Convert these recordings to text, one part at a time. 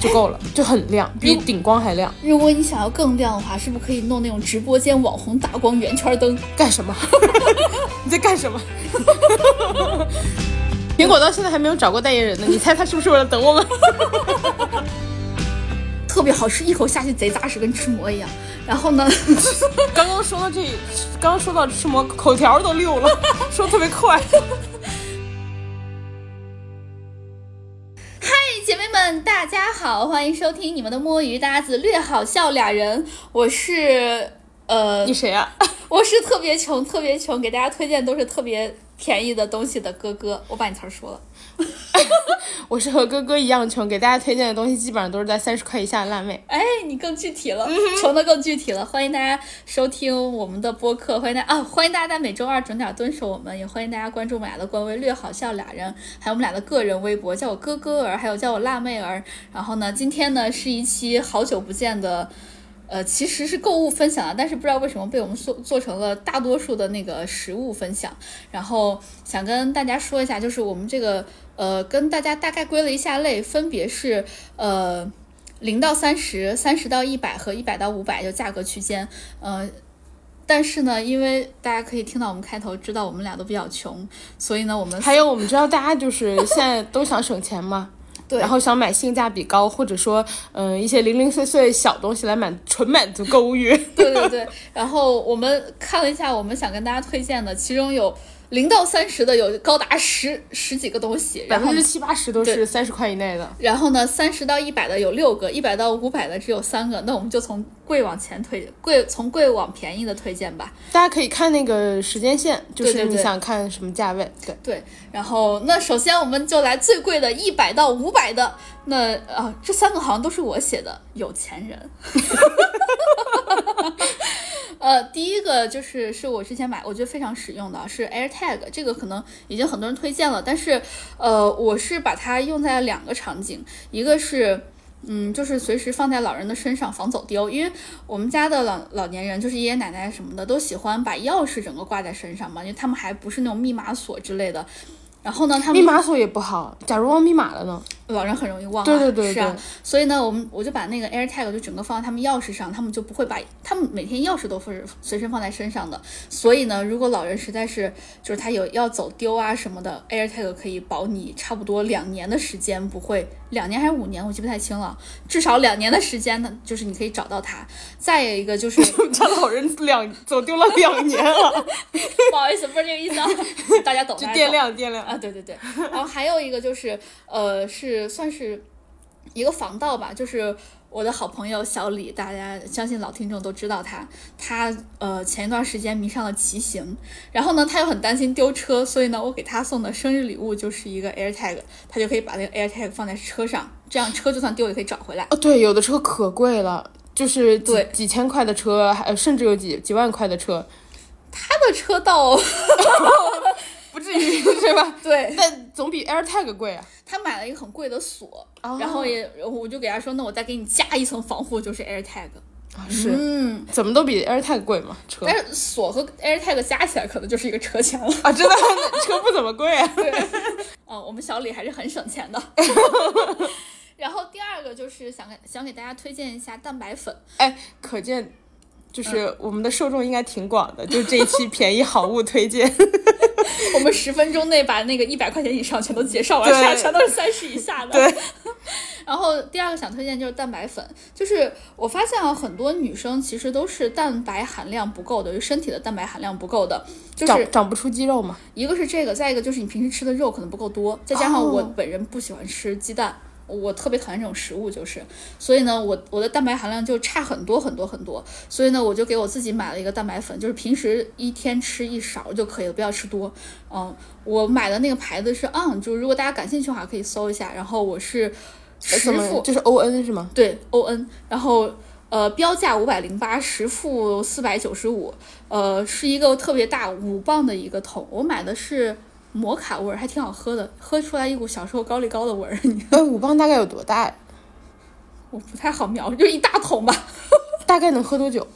就够了，就很亮，比顶光还亮。如果你想要更亮的话，是不是可以弄那种直播间网红打光圆圈灯？干什么？你在干什么？苹果到现在还没有找过代言人呢，你猜他是不是为了等我们？特别好吃，一口下去贼扎实，跟吃馍一样。然后 呢，刚刚说到这，刚刚说到吃馍，口条都溜了，说特别快。嗨，姐妹们，大家好，欢迎收听你们的摸鱼搭子略好笑俩人，我是呃你，谁啊？ 我是特别穷，特别穷，给大家推荐都是特别便宜的东西的哥哥。我把你词儿说了，我是和哥哥一样穷，给大家推荐的东西基本上都是在三十块以下的烂尾。哎，你更具体了，穷的更具体了。欢迎大家收听我们的播客，欢迎大啊，欢迎大家在每周二准点蹲守我们，也欢迎大家关注我们俩的官微“略好笑俩人”，还有我们俩的个人微博，叫我哥哥儿，还有叫我辣妹儿。然后呢，今天呢是一期好久不见的。呃，其实是购物分享啊，但是不知道为什么被我们做做成了大多数的那个食物分享。然后想跟大家说一下，就是我们这个呃，跟大家大概归了一下类，分别是呃零到三十、三十到一百和一百到五百，就价格区间。呃，但是呢，因为大家可以听到我们开头知道我们俩都比较穷，所以呢，我们还有，我们知道大家就是现在都想省钱嘛，对然后想买性价比高，或者说嗯、一些零零碎碎小东西来满纯满足购物欲。 对对对，然后我们看了一下，我们想跟大家推荐的，其中有零到三十的，有高达十十几个东西，百然后分之七八十都是三十块以内的。然后呢，三十到一百的有六个，一百到五百的只有三个，那我们就从贵往前推，贵从贵往便宜的推荐吧。大家可以看那个时间线，就对是对对你想看什么价位。对，对，然后那首先我们就来最贵的，一百到五百的。那啊，这三个好像都是我写的，有钱人。 呃，第一个就是是我之前买，我觉得非常实用的，啊是 AirTag，这个可能已经很多人推荐了，但是呃，我是把它用在了两个场景，一个是。嗯，就是随时放在老人的身上，防走丢。因为我们家的老老年人，就是爷爷奶奶什么的，都喜欢把钥匙整个挂在身上嘛，因为他们还不是那种密码锁之类的。然后呢，他们密码锁也不好，假如忘密码了呢？老人很容易忘、啊，对对对是啊。所以呢，我们我就把那个 AirTag 就整个放在他们钥匙上，他们就不会把他们每天钥匙都是随身放在身上的。所以呢，如果老人实在是就是他有要走丢啊什么的，AirTag 可以保你差不多两年的时间不会，两年还是五年，我记不太清了，至少两年的时间呢，就是你可以找到它。再有一个就是，我们 家老人两走丢了两年 了， 不好意思，不是这个意思啊，大家懂，就大家掂懂量掂量。啊，对对对，然后还有一个就是，呃，是算是一个防盗吧，就是我的好朋友小李，大家相信老听众都知道他，他呃前一段时间迷上了骑行，然后呢，他又很担心丢车，所以呢，我给他送的生日礼物就是一个 AirTag，他就可以把那个 AirTag 放在车上，这样车就算丢也可以找回来。哦，对，有的车可贵了。就是几对几千块的车，还呃甚至有几几万块的车，他的车到 不至于 对吧？对，但总比 AirTag 贵啊。他买了一个很贵的锁，哦然后也我就给他说，那我再给你加一层防护，就是 AirTag。啊是，嗯，怎么都比 AirTag 贵嘛？车但是锁和 AirTag 加起来可能就是一个车钱了。啊，真的 车不怎么贵啊。 对，嗯，我们小李还是很省 钱的。然后第二个就是想给想给大家推荐一下蛋白粉，哎，可见嗯就是我们的受众应该挺广的，就这一期便宜好物推荐。我们十分钟内把那个一百块钱以上全都介绍完，剩下对全都是三十以下的。对。 然后第二个想推荐就是蛋白粉，就是我发现啊，很多女生其实都是蛋白含量不够的，就身体的蛋白含量不够的，就是 长长不出肌肉嘛。一个是这个，再一个就是你平时吃的肉可能不够多，再加上哦我本人不喜欢吃鸡蛋，我特别讨厌这种食物，就是，所以呢，我我的蛋白含量就差很多很多很多，所以呢，我就给我自己买了一个蛋白粉，就是平时一天吃一勺就可以了，不要吃多。嗯，我买的那个牌子是 on，就是如果大家感兴趣的话可以搜一下，然后我是实哎怎么付就是 O N 是吗？对 O N，然后呃标价五百零八，实付四百九十五，呃是一个特别大五磅的一个桶，我买的是摩卡味儿，还挺好喝的，喝出来一股小时候高丽高的味儿， 哎，五磅大概有多大呀？我不太好描述，就一大桶吧。大概能喝多久？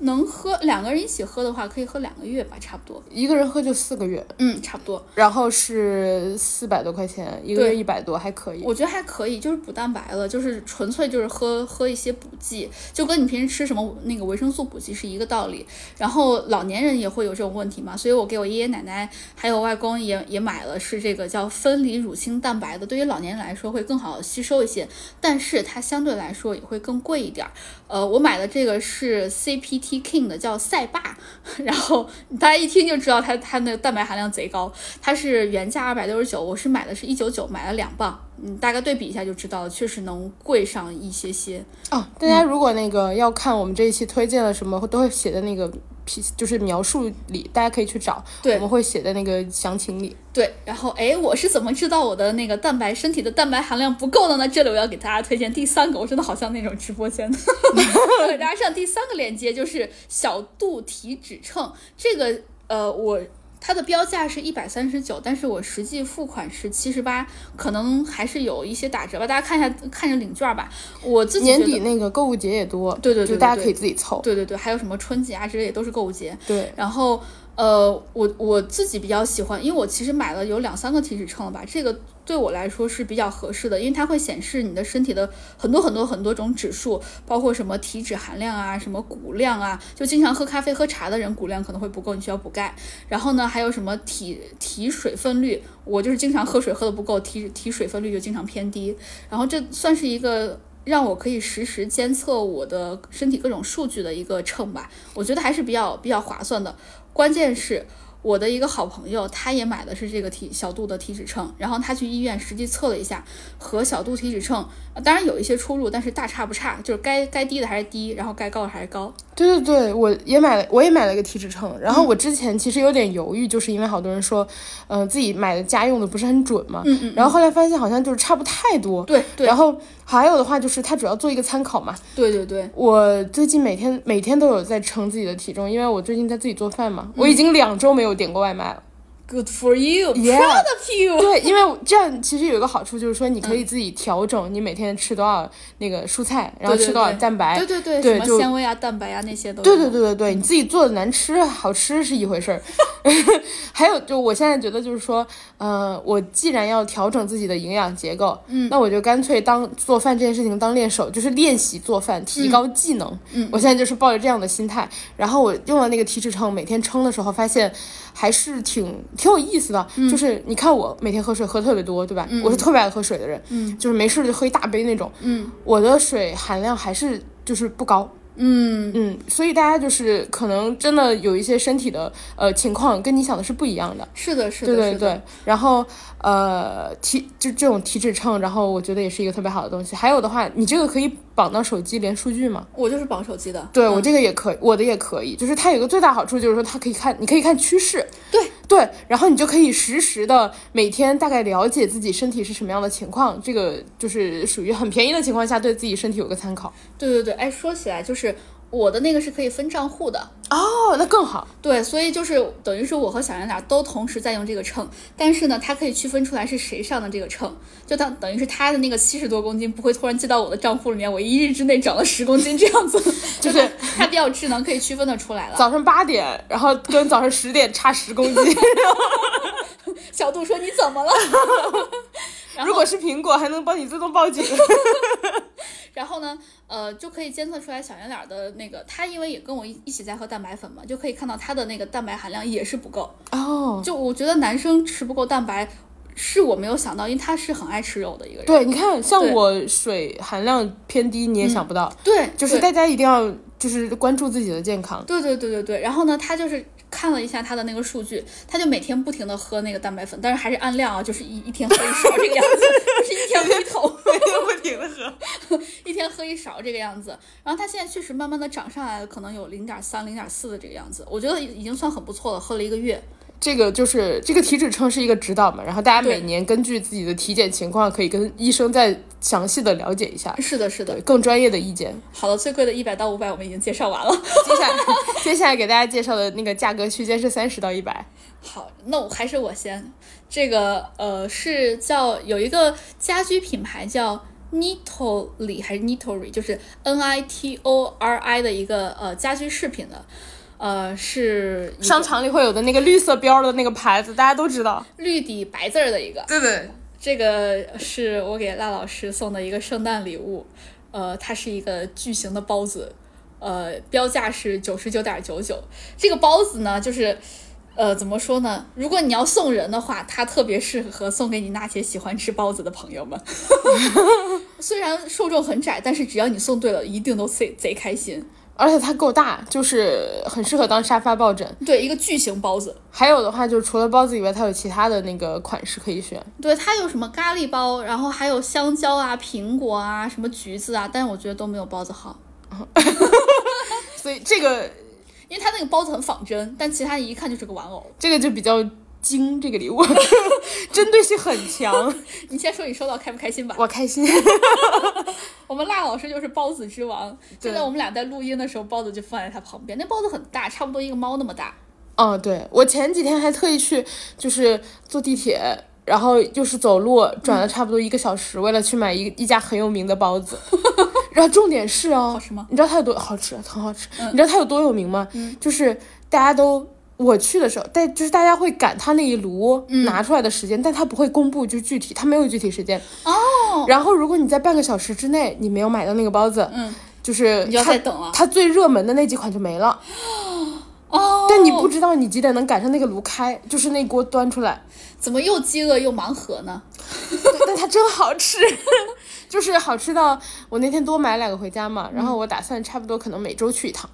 能喝两个人一起喝的话，可以喝两个月吧，差不多。一个人喝就四个月，嗯，差不多。然后是四百多块钱，一个月对一百多，还可以。哦我觉得还可以，就是补蛋白了，就是纯粹就是喝喝一些补剂，就跟你平时吃什么那个维生素补剂是一个道理。然后老年人也会有这种问题嘛，所以我给我爷爷奶奶还有外公也也买了，是这个叫分离乳清蛋白的，对于老年人来说会更好吸收一些，但是它相对来说也会更贵一点儿。呃，我买的这个是 CPT King 的，叫赛霸，然后大家一听就知道它它那个蛋白含量贼高，它是原价二百六十九，我是买的是一九九，买了两磅，嗯，大概对比一下就知道了，确实能贵上一些些。哦，大家如果那个要看我们这一期推荐了什么，都会写在那个批，就是描述里，大家可以去找。对我们会写在那个详情里。对，然后哎，我是怎么知道我的那个蛋白身体的蛋白含量不够的呢？这里我要给大家推荐第三个，我真的好像那种直播间 的，我给大家上第三个链接，就是小度体脂秤，这个呃我。它的标价是一百三十九，但是我实际付款是七十八，可能还是有一些打折吧。大家看一下，看着领券吧。我自己年觉得底那个购物节也多，对对对就对大家对可以自己凑。对对对，还有什么春节啊之类也都是购物节。对，然后呃，我我自己比较喜欢，因为我其实买了有两三个体脂秤了吧，这个对我来说是比较合适的，因为它会显示你的身体的很多很多很多种指数，包括什么体脂含量啊，什么骨量啊，就经常喝咖啡喝茶的人骨量可能会不够，你需要补钙。然后呢，还有什么体体水分率，我就是经常喝水喝的不够，体体水分率就经常偏低。然后这算是一个。让我可以实时监测我的身体各种数据的一个秤吧，我觉得还是比较比较划算的。关键是我的一个好朋友，他也买的是这个体小度的体脂秤，然后他去医院实际测了一下，和小度体脂秤呃当然有一些出入，但是大差不差，就是该该低的还是低，然后该高的还是高。对对对，我也买了，我也买了一个体脂秤。然后嗯我之前其实有点犹豫，就是因为好多人说，嗯、自己买的家用的不是很准嘛。嗯嗯然后后来发现好像就是差不太多。对对然后还有的话就是它主要做一个参考嘛。对对对，我最近每天每天都有在称自己的体重，因为我最近在自己做饭嗯嘛，我已经两周没有点过外 卖了。 Good for you, Yeah. proud of you. 对，因为这样其实有一个好处就是说，你可以嗯自己调整你每天吃多少那个蔬菜，然后对对吃多少对蛋白。对对对，对什就么纤维啊、蛋白啊那些都有。对对对对对，你自己做的难吃好吃是一回 事儿，还有就我现在觉得就是说，呃，我既然要调整自己的营养结构，嗯，那我就干脆当做饭这件事情当练手，就是练习做饭，提高技能。嗯，我现在就是抱着这样的心态，然后我用了那个体脂秤，每天称的时候发现还是挺挺有意思的，就是你看我每天喝水喝特别多，对吧？我是特别爱喝水的人，嗯，就是没事就喝一大杯那种，嗯，我的水含量还是就是不高。嗯，所以大家就是可能真的有一些身体的呃情况跟你想的是不一样的。是的，是的，对对是的。对，然后呃体就这种体脂秤，然后我觉得也是一个特别好的东西。还有的话，你这个可以绑到手机连数据嗯嘛？我就是绑手机的。对、我这个也可以，我的也可以。就是它有一个最大好处就是说它可以看，你可以看趋势。对对，然后你就可以实时的每天大概了解自己身体是什么样的情况，这个就是属于很便宜的情况下对自己身体有个参考。对对对，哎，说起来就是我的那个是可以分账户的，哦，那更好。对，所以就是等于是我和小圆脸都同时在用这个秤，但是呢，它可以区分出来是谁上的这个秤，就当等于是他的那个七十多公斤不会突然记到我的账户里面，我一日之内长了十公斤这样子， 就是它比较智能，可以区分的出来了。早上八点，然后跟早上十点差十公 斤。小杜说你怎么了？如果是苹果，还能帮你自动报警。然后呢，呃，就可以监测出来小圆脸的那个，他因为也跟我一一起在喝蛋白粉嘛，就可以看到他的那个蛋白含量也是不够。哦，就我觉得男生吃不够蛋白，是我没有想到，因为他是很爱吃肉的一个 人。对，你看，像对我水含量偏低，你也想不到，对，就是大家一定要就是关注自己的健 康。对对对对对，然后呢，他就是看了一下他的那个数据，他就每天不停的喝那个蛋白粉，但是还是按量啊，就是一一天喝一勺这个样子， 不是一天喝一桶， 不停的喝。一天喝一勺这个样子。然后他现在确实慢慢的涨上来了，可能有零点三、零点四的这个样子，我觉得已经算很不错了，喝了一个月。这个就是这个体脂秤是一个指导嘛，然后大家对每年根据自己的体检情况，可以跟医生再详细的了解一下，是的，是的对，。更专业的意见。好了，最贵的一百到五百我们已经介绍完了。接下来 接下来给大家介绍的那个价格区间是三十到一百。好，那我还是我先。这个呃是叫有一个家居品牌叫 Nitori 还是 Nitori，就是 N I T O R I 的一个呃家居饰品的，呃是一个商场里会有的那个绿色标的那个牌子，大家都知道。绿底白字儿的一个，对对，这个是我给辣老师送的一个圣诞礼物，呃，它是一个巨型的包子，呃，标价是九十九点九九。这个包子呢，就是，呃，怎么说呢？如果你要送人的话，它特别适合送给你娜姐喜欢吃包子的朋友们。 虽然受众很窄，但是只要你送对了，一定都贼贼开心。而且它够大，就是很适合当沙发抱枕。对，一个巨型包子，还有的话，就是除了包子以外，它有其他的那个款式可以选。对，它有什么咖喱包，然后还有香蕉啊、苹果啊、什么橘子啊，但是我觉得都没有包子好，所以这个因为它那个包子很仿真，但其他一看就是个玩偶。 这个就比较精，这个礼物 针对性很强。你先说你收到开不开心吧。 我开心，我们辣老师就是包子之王，对现在我们俩在录音的时候，包子就放在他旁边，那包子很大，差不多一个猫那么大。嗯，对我前几天还特意去，就是坐地铁，然后又是走路，转嗯了差不多一个小时，为了去买一一家很有名的包子。 然后重点是哦，好吃吗嗯你知道它有多好吃，很好吃。你知道它有多有名吗？就是大家都。我去的时候，但就是大家会赶它那一炉嗯拿出来的时间，但它不会公布就具体，它没有具体时间。哦。然后如果你在半个小时之内你没有买到那个包子，嗯，就是你就要它再等了它最热门的那几款就没了。哦，但你不知道你几点能赶上那个炉开，就是那锅端出来。怎么又饥饿又盲盒呢？ 对但它真好吃， 就是好吃到我那天多买两个回家嘛，然后我打算差不多可能每周去一趟，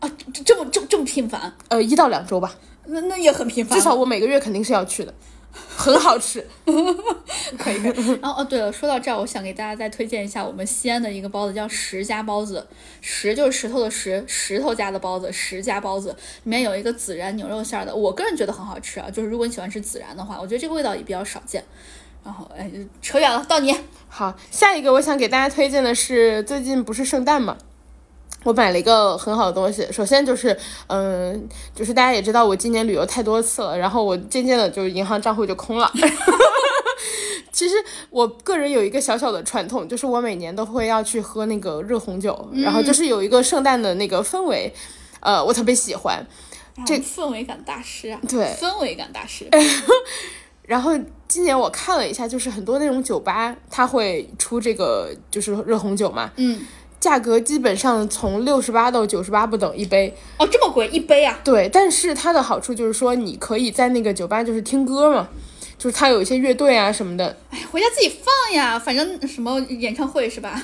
啊，这这么这么这么频繁，呃，一到两周吧，那那也很频繁至。少我每个月肯定是要去的，很好吃。可以。可 以。然后哦，对了，说到这儿，我想给大家再推荐一下我们西安的一个包子，叫石家包子。石就是石头的石，石头家的包子，石家包子里面有一个孜然牛肉馅儿的，我个人觉得很好吃啊。就是如果你喜欢吃孜然的话，我觉得这个味道也比较少见。然后哎，扯远了，到你。哎好，下一个我想给大家推荐的是，最近不是圣诞嘛，我买了一个很好的东西。首先就是，嗯，就是大家也知道我今年旅游太多次了，然后我渐渐的就是银行账户就空了。 其实我个人有一个小小的传统，就是我每年都会要去喝那个热红酒，然后就是有一个圣诞的那个氛围，呃，我特别喜欢。这氛围感大师啊， 对氛围感大师。然后今年我看了一下，就是很多那种酒吧，它会出这个就是热红酒嘛，嗯，价格基本上从六十八到九十八不等一杯。哦，这么贵一杯啊？对，但是它的好处就是说，你可以在那个酒吧就是听歌嘛，就是它有一些乐队啊什么的。哎，回家自己放呀，反正什么演唱会是吧？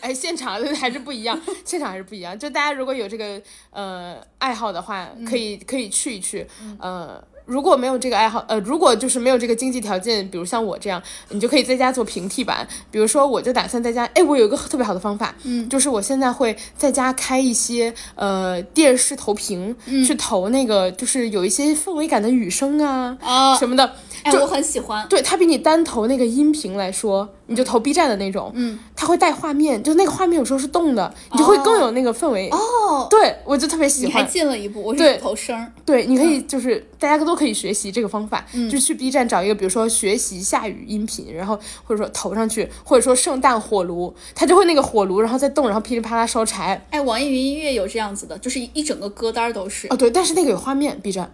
哎，现场还是不一样，现场还是不一样。就大家如果有这个呃爱好的话，可以可以去一去，呃。如果没有这个爱好，呃，如果就是没有这个经济条件，比如像我这样，你就可以在家做平替版。比如说，我就打算在家，哎，我有一个特别好的方法，嗯，就是我现在会在家开一些呃电视投屏，去投那个就是有一些氛围感的雨声啊、啊、什么的，哎，就我很喜欢。对它比你单投那个音频来说，你就投 B 站的那种，嗯，它会带画面，就那个画面有时候是动的，你就会更有那个氛围。哦，对我就特别喜你还嗯欢。进了一步，我是对虎头声儿。对，你可以就是、大家都可以学习这个方法，嗯就去 B 站找一个，比如说学习下雨音频，然后或者说投上去，或者说圣诞火炉，它就会那个火炉然后再动，然后噼里啪啦烧柴。哎，网易云音乐有这样子的，就是一一整个歌单儿都是。哦，对，但是那个有画面，B 站。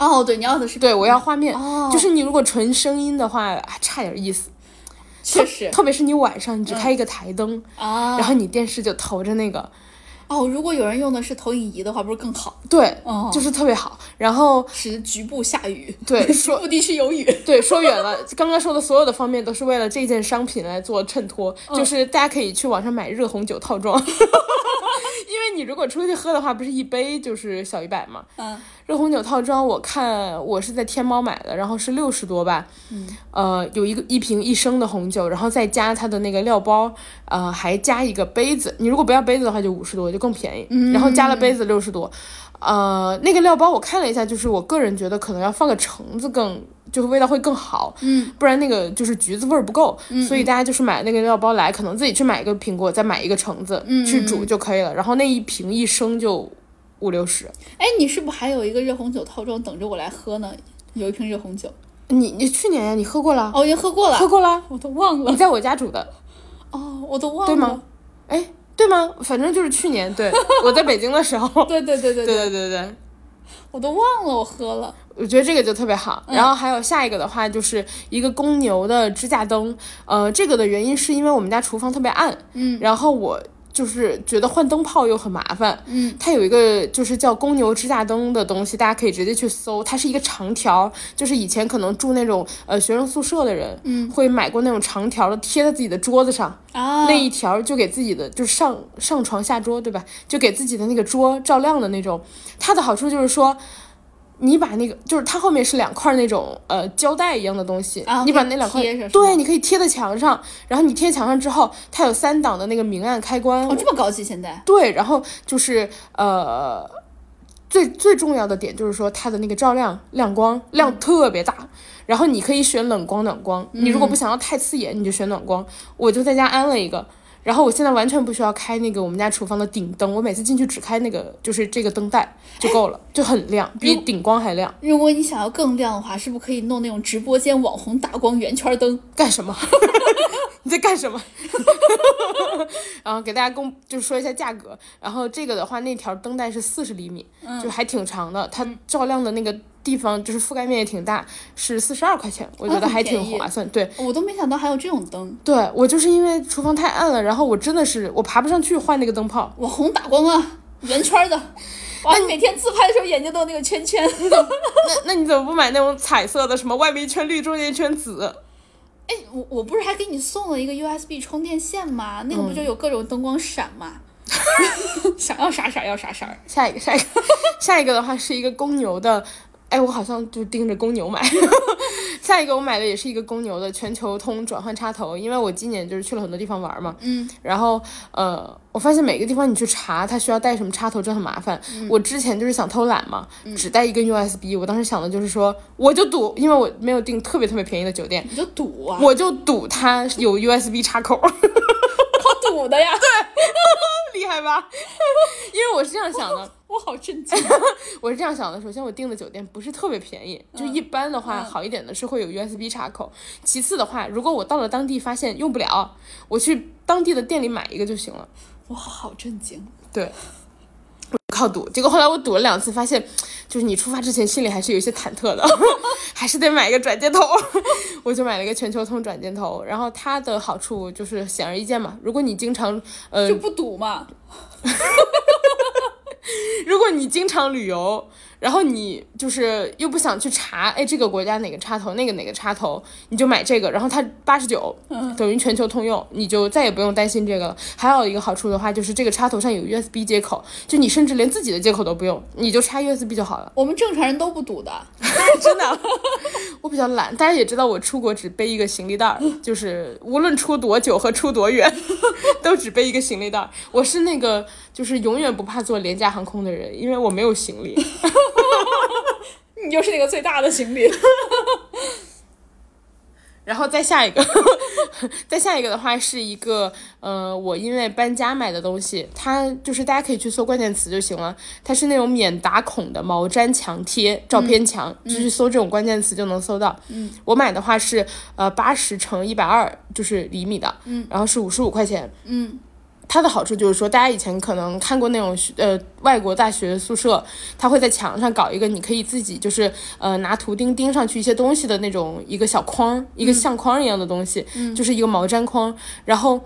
哦，对，你要的是对，我要画面，哦就是你如果纯声音的话，还差点意思。确实嗯特别是你晚上，你只开一个台灯，啊然。后你电视就投着那个，哦，如果有人用的是投影仪的话，不是更好？对，哦就是特别好。然后使局部下雨，对局 说部地区有雨。对说远了，刚刚说的所有的方面都是为了这件商品来做衬托，就是大家可以去网上买热红酒套装。 因为你如果出去喝的话，不是一杯就是小一百嘛。嗯，热红酒套装，我看我是在天猫买的，然后是六十多吧。嗯，呃，有一个一瓶一升的红酒，然后再加它的那个料包，呃，还加一个杯子。你如果不要杯子的话，就五十多，就更便宜。然后加了杯子六十多，呃，那个料包我看了一下，就是我个人觉得可能要放个橙子更。就是味道会更好，嗯，不然那个就是橘子味儿不够，所以大家就是买那个料包来，可能自己去买一个苹果，再买一个橙子、去煮就可以了。然后那一瓶一升就五六十，哎，你是不是还有一个热红酒套装等着我来喝呢？有一瓶热红酒，你你去年呀，你喝过了，哦，已经喝过了，喝过了，我都忘了你，在我家煮的，哦，我都忘了，对吗？哎，对吗？反正就是去年， 对我在北京的时候，对对对 对对对对，对对，我都忘了我喝了，我觉得这个就特别好。然后还有下一个的话，就是一个公牛的支架灯，呃，这个的原因是因为我们家厨房特别暗，嗯，然后我。就是觉得换灯泡又很麻烦，嗯，它有一个就是叫公牛支架灯的东西，大家可以直接去搜，它是一个长条，就是以前可能住那种呃学生宿舍的人，嗯，会买过那种长条的贴在自己的桌子上，啊那，一条就给自己的就是上上床下桌，对吧？就给自己的那个桌照亮的那种。它的好处就是说，你把那个就是它后面是两块那种呃胶带一样的东西，啊你可以把那两块贴着是吗对，你可以贴在墙上。然后你贴墙上之后，它有三档的那个明暗开关。哦，这么高级现在，对，然后就是呃。最最重要的点就是说，它的那个照亮亮光亮特别大，然后你可以选冷光、暖光。你如果不想要太刺眼，你就选暖光。我就在家安了一个，然后我现在完全不需要开那个我们家厨房的顶灯，我每次进去只开那个就是这个灯带就够了，就很亮，比顶光还亮。如果你想要更亮的话，是不是可以弄那种直播间网红打光圆圈灯？干什么？ 你在干什么？ 然后给大家公就说一下价格，然后这个的话，那条灯带是四十厘米，嗯就还挺长的，它照亮的那个地方就是覆盖面也挺大，是四十二块钱，我觉得哦很还便挺宜划算。对，哦我都没想到还有这种灯，对我就是因为厨房太暗了，然后我真的是我爬不上去换那个灯泡，网红打光啊，圆圈 的。哇，你每天自拍的时候眼睛都有那个圈圈。那那你怎么不买那种彩色的，什么外面一圈绿，中间一圈紫？哎，我我不是还给你送了一个 USB 充电线吗？那个不就嗯有各种灯光闪 吗？想要啥色儿要啥色儿。下一个，下一个， 下一个的话是一个公牛的，哎，我好像就盯着公牛买。 下一个我买的也是一个公牛的全球通转换插头，因为我今年就是去了很多地方玩嘛，嗯，然后呃，我发现每个地方你去查它需要带什么插头，真的很麻烦。我之前就是想偷懒嘛，只带一根 USB，我当时想的就是说，我就赌，因为我没有订特别特别便宜的酒店，你就赌啊，我就赌它有 USB 插口。 靠赌的呀！厉害吧？ 因为我是这样想的，我好震惊。啊 我是这样想的。首先，我订的酒店不是特别便宜，就一般的话，好一点的是会有 USB 插口。其次的话，如果我到了当地发现用不了，我去当地的店里买一个就行了。我好震惊。对，我靠赌。结果后来我赌了两次，发现就是你出发之前心里还是有一些忐忑的， 还是得买一个转接头。 我就买了一个全球通转接头，然后它的好处就是显而易见嘛。如果你经常呃就不赌嘛， 如果你经常旅游，然后你就是又不想去查，哎，这个国家哪个插头，那个哪个插头，你就买这个，然后它八十九，等于全球通用，你就再也不用担心这个了。还有一个好处的话，就是这个插头上有 USB 接口，就你甚至连自己的接口都不用，你就插 USB 就好了。我们正常人都不赌的。真的，我比较懒，大家也知道我出国只背一个行李袋儿，就是无论出多久和出多远， 都只背一个行李袋儿。我是那个就是永远不怕坐廉价航空的人，因为我没有行李。 你就是那个最大的行李。 然后再下一个， 再下一个的话是一个，呃，我因为搬家买的东西，它就是大家可以去搜关键词就行了。它是那种免打孔的毛毡墙贴、照片墙，就去搜这种关键词就能搜到。嗯，我买的话是呃八十乘一百二，就是厘米的，嗯，然后是五十五块钱，嗯。它的好处就是说，大家以前可能看过那种学呃外国大学宿舍，它会在墙上搞一个你可以自己就是呃拿图钉钉上去一些东西的那种一个小框，一个相框一样的东西，就是一个毛毡框。然后，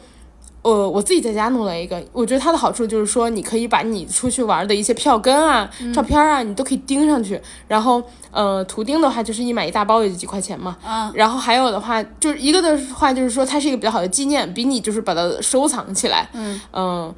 呃，我自己在家弄了一个，我觉得它的好处就是说，你可以把你出去玩的一些票根啊、照片啊，你都可以钉上去。然后，呃，图钉的话就是一买一大包也就几块钱嘛。啊然后还有的话，就是一个的话就是说，它是一个比较好的纪念，比你就是把它收藏起来。嗯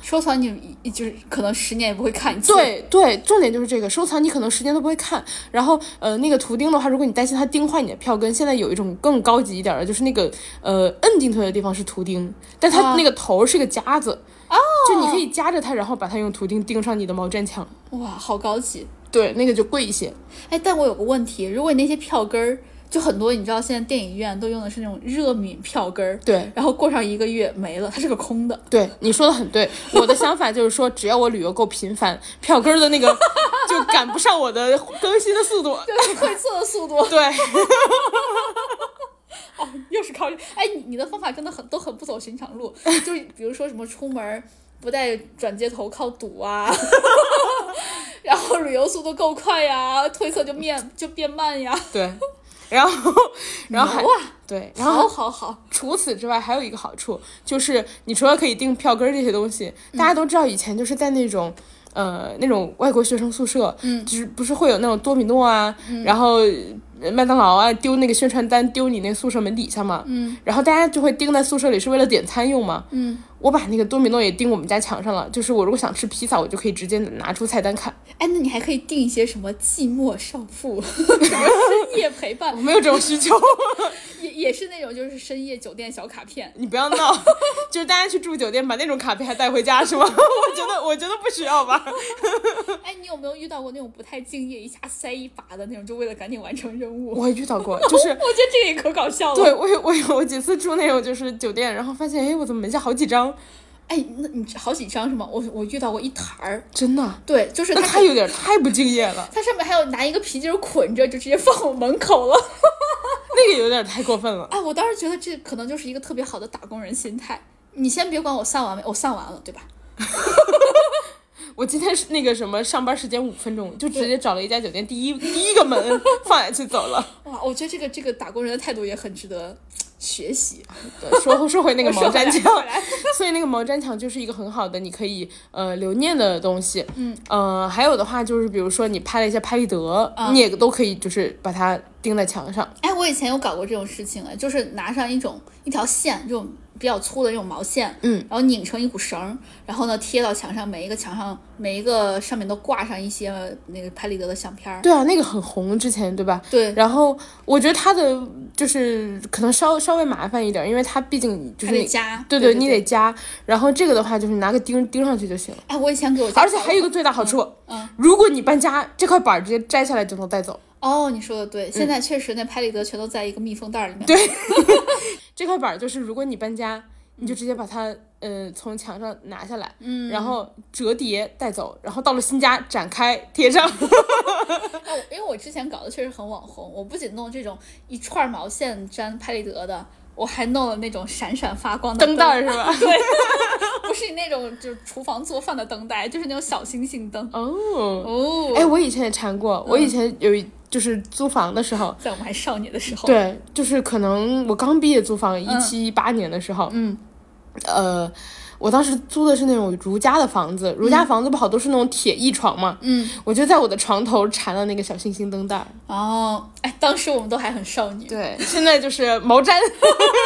收藏你一就是可能十年也不会看一次。，对对，重点就是这个收藏，你可能时间都不会看。然后呃，那个图钉的话，如果你担心它钉坏你的票根，现在有一种更高级一点的，就是那个呃摁进去的地方是图钉，但啊它那个头是个夹子，哦就你可以夹着它，然后把它用图钉钉上你的毛毡墙。哇，好高级。对，那个就贵一些。哎，但我有个问题，如果你那些票根儿就很多你知道现在电影院都用的是那种热敏票根儿，对然后过上一个月没了，它是个空的。 对，你说的很对。我的想法就是说，只要我旅游够频繁，票根儿的那个就赶不上我的更新的速度。 对，褪色的速度对，又是靠这，哎，你你的方法真的很都很不走寻常路， 就是比如说什么出门不带转接头靠堵啊， 然后旅游速度够快呀，褪色就变就变慢呀，对，然后，然后还牛啊，对，然好后好好，除此之外还有一个好处，就是你除了可以订票根儿这些东西，大家都知道以前就是在那种。呃，那种外国学生宿舍，嗯，就是不是会有那种多米诺啊，然后呃麦当劳啊，丢那个宣传单丢你那宿舍门底下嘛，嗯，然后大家就会盯在宿舍里是为了点餐用嘛，嗯，我把那个多米诺也钉我们家墙上了，就是我如果想吃披萨，我就可以直接拿出菜单看，哎，那你还可以订一些什么寂寞少妇， 什么深夜陪伴我，没有这种需求。 也也是那种就是深夜酒店小卡片。你不要闹， 就是大家去住酒店把那种卡片还带回家是吗？ 我觉得我觉得不需要吧。哎，你有没有遇到过那种不太敬业，一下塞一把的那种，就为了赶紧完成任务？ 我也遇到过， 就是我觉得这个也可搞笑了。对，我有我有我几次住那种就是酒店，然后发现哎我怎么门下好几张，哎，那你好几张是吗？我我遇到过一沓儿，真的，对，就是那它他有点太不敬业了，它上面还有拿一个皮筋儿捆着，就直接放我门口 了。那个有点太过分了。哎，我当时觉得这可能就是一个特别好的打工人心态。你先别管我上完没，我上完了，对吧？我今天是那个什么上班时间五分钟，就直接找了一家酒店第一第一个 门放下去走了。哇，我觉得这个这个打工人的态度也很值得学习。啊对说说回那个我毛说回毡来墙回来，所以那个毛毡墙就是一个很好的你可以呃留念的东西。嗯，呃，还有的话就是比如说你拍了一些拍立得，嗯你也都可以就是把它钉在墙上。哎，我以前有搞过这种事情哎，就是拿上一种一条线，这种比较粗的那种毛线，嗯，然后拧成一股绳儿，然后呢贴到墙上，每一个墙上每一个上面都挂上一些那个拍立得的相片儿。对啊，那个很红之前对吧？对，然后我觉得它的就是可能稍稍微麻烦一点，因为它毕竟就还是得你加，对对你得加。然后这个的话就是拿个钉钉上去就行了。哎，我以前给我家而且搞还有一个最大好处，嗯嗯如果你搬家，这块板儿直接摘下来就能带走。哦，你说的对，嗯现在确实那拍立得全都在一个密封袋儿里面。对，这块板儿就是如果你搬家，你就直接把它呃从墙上拿下来，嗯，然后折叠带走，然后到了新家展开贴上。 因为我之前搞的确实很网红，我不仅弄这种一串毛线粘拍立得的，我还弄了那种闪闪发光的灯带儿是 吧对， 不是那种就是厨房做饭的灯带，就是那种小星星灯。哦，哦，哎，我以前也缠过，我以前有一就是租房的时候，在我们还少女的时候，对，就是可能我刚毕业租房，一七一八年的时候，嗯，呃，我当时租的是那种如家的房子，如家房子不好都是那种铁艺床嘛，嗯，我就在我的床头缠了那个小星星灯带儿，哦，哎，当时我们都还很少女，对，现在就是毛毡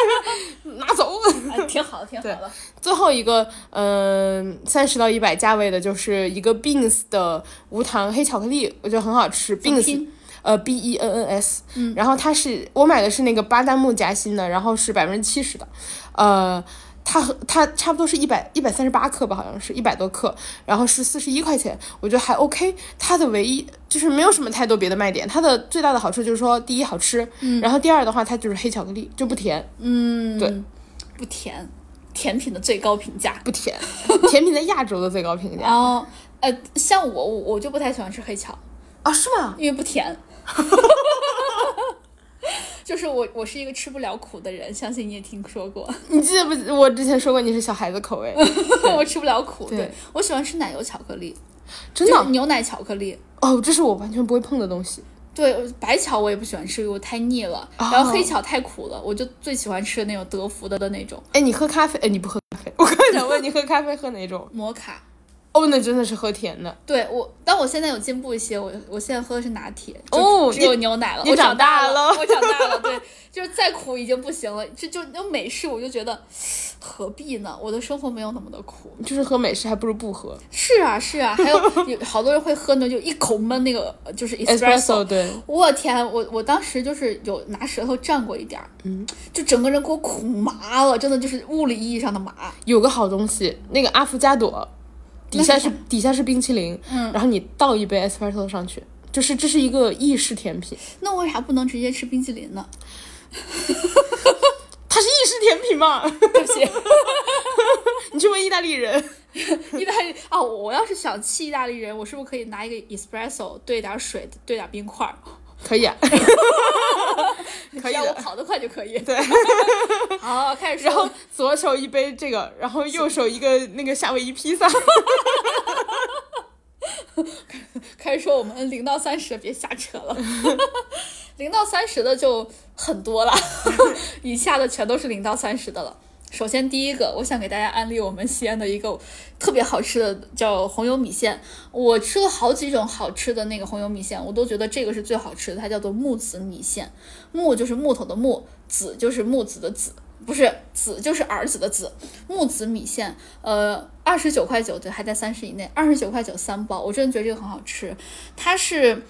拿走。 哎，挺好的，挺好的。最后一个，嗯、3三十到一百价位的，就是一个 Beans 的无糖黑巧克力，我觉得很好吃。怎么 Beans 拼呃 B E N N S，嗯，然后它是我买的是那个巴旦木夹心的，然后是百分之七十的，呃，它和它差不多是一百一百三十八克吧，好像是一百多克，然后是四十一块钱，我觉得还 OK。它的唯一就是没有什么太多别的卖点，它的最大的好处就是说，第一好吃，嗯，然后第二的话它就是黑巧克力，就不甜，嗯，对，不甜，甜品的最高评价。不甜， 甜品在亚洲的最高评价然后，呃，像我，我我就不太喜欢吃黑巧，啊，是吗？因为不甜。 就是我，我是一个吃不了苦的人，相信你也听说过，你记得不？我之前说过你是小孩子口味， 我吃不了苦。对哦对，我喜欢吃奶油巧克力，真的就是牛奶巧克力。哦，这是我完全不会碰的东西。对，白巧我也不喜欢吃，因为我太腻了。哦然后黑巧太苦了，我就最喜欢吃那种德芙的的那种哎，你喝咖啡？哎，你不喝咖啡？我刚想问你喝咖啡喝哪种？摩卡。哦，那真的是喝甜的。对我，但我现在有进步一些，我我现在喝的是拿铁，就哦只有你牛奶了。你我长大大了我长大 了，对，就是再苦已经不行了，这就就美式，我就觉得 何必呢？我的生活没有那么的苦。就是喝美式还不如不喝。是啊，是啊， 还有有好多人会喝呢，就一口闷那个呃就是 Espresso espresso。对，我天，我我当时就是有拿舌头蘸过一点儿，嗯，就整个人给我苦麻了，真的就是物理意义上的麻。有个好东西，那个阿芙加朵，底下是底下是冰淇淋，嗯，然后你倒一杯 espresso 上去，就是这是一个意式甜品，那为啥不能直接吃冰淇淋呢？它是意式甜品嘛？对不 起。 你去问意大利人， 意大利啊、我我要是想气意大利人，我是不是可以拿一个 espresso 兑点水，兑点冰块儿？可以、啊，可以只要我的。跑得快就可以。对， 好，开始说。然后左手一杯这个，然后右手一个那个夏威夷披萨。开始说我们零到三十，别瞎扯了。 零到三十的就很多了， 以下的全都是零到三十的了。首先第一个，我想给大家安利我们西安的一个特别好吃的叫红油米线。我吃了好几种好吃的那个红油米线，我都觉得这个是最好吃的，它叫做木子米线。木就是木头的木，子就是木子的子。不是子就是儿子的子，木子米线，呃，二十九块九，对，还在三十以内，二十九块九三包，我真的觉得这个很好吃。它是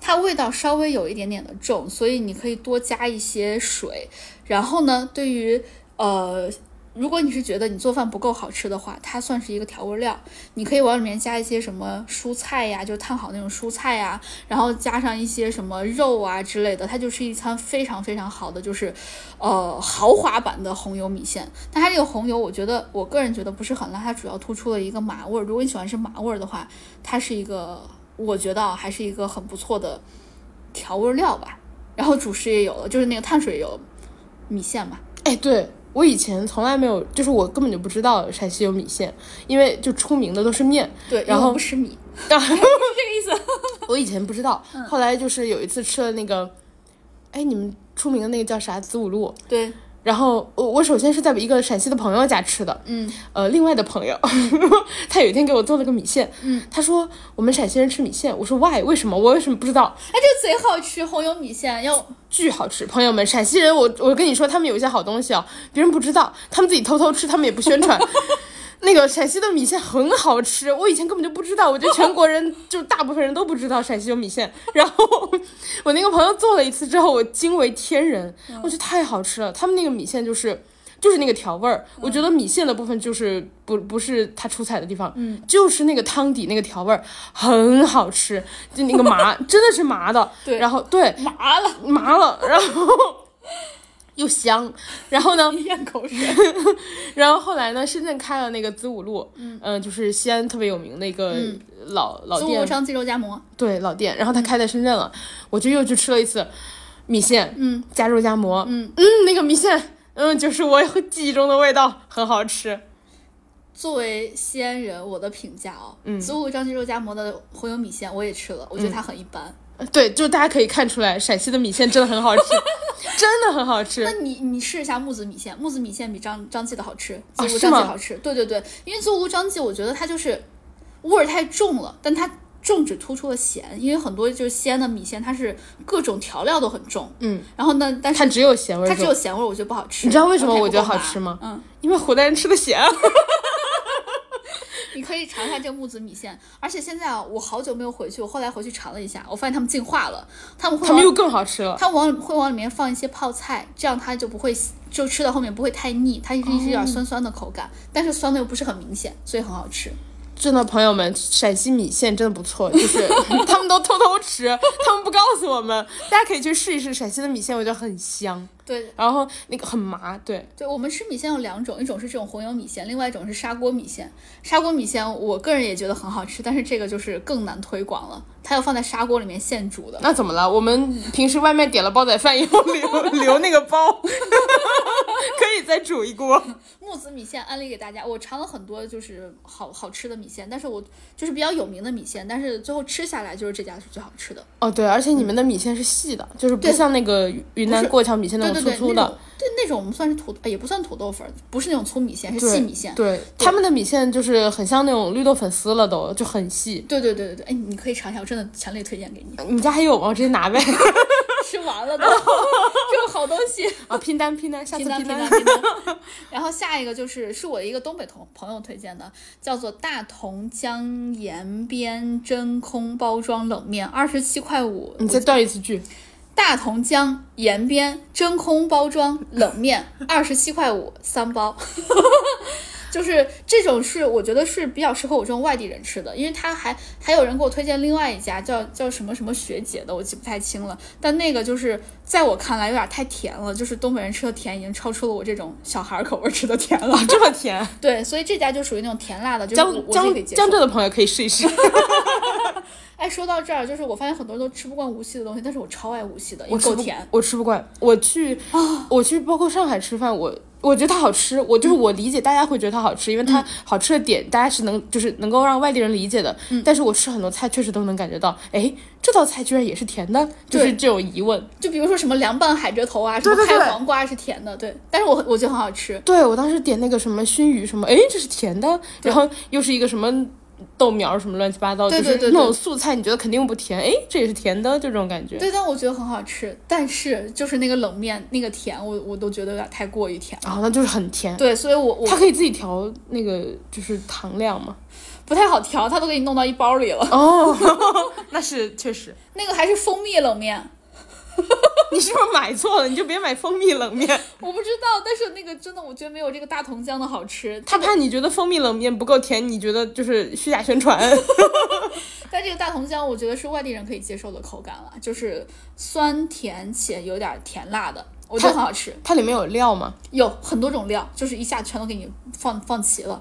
它味道稍微有一点点的重，所以你可以多加一些水。然后呢，对于呃，如果你是觉得你做饭不够好吃的话，它算是一个调味料，你可以往里面加一些什么蔬菜呀，就是烫好那种蔬菜啊呀，然后加上一些什么肉啊之类的，它就是一餐非常非常好的，就是呃豪华版的红油米线。但它这个红油，我觉得我个人觉得不是很辣，它主要突出了一个麻味儿。如果你喜欢吃麻味儿的话，它是一个我觉得啊还是一个很不错的调味料吧。然后主食也有了，就是那个碳水也有了米线嘛。哎，对我以前从来没有，就是我根本就不知道陕西有米线，因为就出名的都是面。对，然因为 我后不吃米，啊是这个意思。我以前不知道，后来就是有一次吃了那个，哎，你们出名的那个叫啥子五路？对，然后我我首先是在一个陕西的朋友家吃的，嗯，呃，另外的朋友， 他有一天给我做了个米线，嗯，他说我们陕西人吃米线，我说 why 为什么？我为什么不知道？哎，这个贼好吃，红油米线要巨好吃，朋友们，陕西人，我我跟你说，他们有一些好东西啊，别人不知道，他们自己偷偷吃，他们也不宣传。那个陕西的米线很好吃，我以前根本就不知道，我觉得全国人就大部分人都不知道陕西有米线。然后 我那个朋友做了一次之后，我惊为天人，我觉得太好吃了。他们那个米线就是就是那个调味儿，我觉得米线的部分就是不不是它出彩的地方，嗯，就是那个汤底那个调味儿很好吃，就那个麻真的是麻的，对然后对，麻了， 麻了， 然后又香，然后呢， 一咽 口水。然后后来呢，深圳开了那个子午路，嗯、就是西安特别有名的一个老、老中嗯午店，上济州夹啊馍，对老店，然后他开在深圳了，我就又去吃了一次米线，嗯，加肉夹馍，嗯那个米线，嗯，就是我记忆中的味道，很好吃，作为西安人，我的评价哦，嗯，子午张记肉夹馍的红油米线我也吃了，嗯我觉得它很一般。对，就大家可以看出来，陕西的米线真的很 好吃，真的很好吃那。你你试一下木子米线，木子米线比张张记的好吃，子啊午张是记吗好吃。对对对，因为子午张记我觉得它就是味儿太重了，但它重只突出了咸，因为很多就是西安的米线它是各种调料都很重，嗯，然后呢，但它是只有咸味儿它重，只有咸味儿，我觉得不好吃。你知道为什么而且我觉得不够好麻吃吗嗯，因为湖南人吃的 咸。你可以尝一下这个木子米线，而且现在啊，我好久没有回去，我后来回去尝了一下，我发现他们进化了，他们会他们往又更好吃了。它往会往里面放一些泡菜，这样它就不会就吃到后面不会太腻，它一直一直有点酸酸的口感，但是酸的又不是很明显，所以很好吃。真的，朋友们，陕西米线真的不错，就是 他们都偷偷吃，他们不告诉我们，大家可以去试一试陕西的米线，我觉得很香，对然后那个很麻，对，对，我们吃米线有两种，一种是这种红油米线，另外一种是砂锅米线。砂锅米线我个人也觉得很好吃，但是这个就是更难推广了，它要放在砂锅里面现煮的。那怎么了？我们平时外面点了煲仔饭以后留留那个包， 可以再煮一锅。木子米线安利给大家，我尝了很多就是好好吃的米线，但是我就是比较有名的米线，但是最后吃下来就是这家是最好吃的。哦，对，而且你们的米线是细的，就是不对像那个云南过桥米线那对种对粗对，粗那的种。对那种我们算是土，哎也不算土豆粉儿，不是那种粗米线，是对细米线。对，他们的米线就是很像那种绿豆粉丝了都，就很细。对对对对对，哎，你可以尝一下，我真的强烈推荐给 你。你家还有吗？我直接拿呗。吃完了都，这种好东西。 啊，拼单拼单，下次拼单拼拼单拼单。然后下一个就是是我的一个东北同朋友推荐的，叫做大同江沿边真空包装冷面，二十七块五。你再断一次 句。大同江 沿边真空包装冷面，二十七块五三包。 就是这种是我觉得是比较适合我这种外地人吃的，因为他还还有人给我推荐另外一家叫叫什么什么学姐的，我记不太清了，但那个就是在我看来有点太甜了，就是东北人吃的甜已经超出了我这种小孩口味吃的甜了。 这么甜，对，所以这家就属于那种甜辣的，就是江我我自己可以江接受江。浙的朋友可以试一 试。哎，说到这儿，就是我发现很多人都吃不惯无锡的东西，但是我超爱无锡的，因我为吃够不甜。，啊我吃不惯。我去，我去，包括上海吃饭，我我觉得它好吃。我嗯就是我理解大家会觉得它好吃，因为它好吃的点大家是能就是能够让外地人理解的。嗯但是我吃很多菜确实都能感觉到，哎，这道菜居然也是甜的，就是对这种疑问。就比如说什么凉拌海蜇头啊，什么对对开对黄瓜是甜的，对，但是我我觉得很好吃。对我当时点那个什么熏鱼什么，哎，这是甜的，然后又是一个什么。豆苗什么乱七八糟，对就对对是对那种素菜，你觉得肯定不甜，哎，这也是甜的，就这种感觉。对，但我觉得很好吃，但是就是那个冷面那个甜，我我都觉得有点太过于甜了。然后哦那就是很甜，对，所以我我它可以自己调那个就是糖量嘛。不太好调，它都给你弄到一包里了。哦， 那是确实。那个还是蜂蜜冷面，你是不是买错了？你就别买蜂蜜冷面，我不知道，但是那个真的我觉得没有这个大同酱的好吃。 他怕你觉得蜂蜜冷面不够甜，你觉得就是虚假宣传。但这个大同酱我觉得是外地人可以接受的口感了，就是酸甜且有点甜辣的，我觉得它很好吃。 它里面有料吗？有很多种料，就是一下全都给你放放齐了。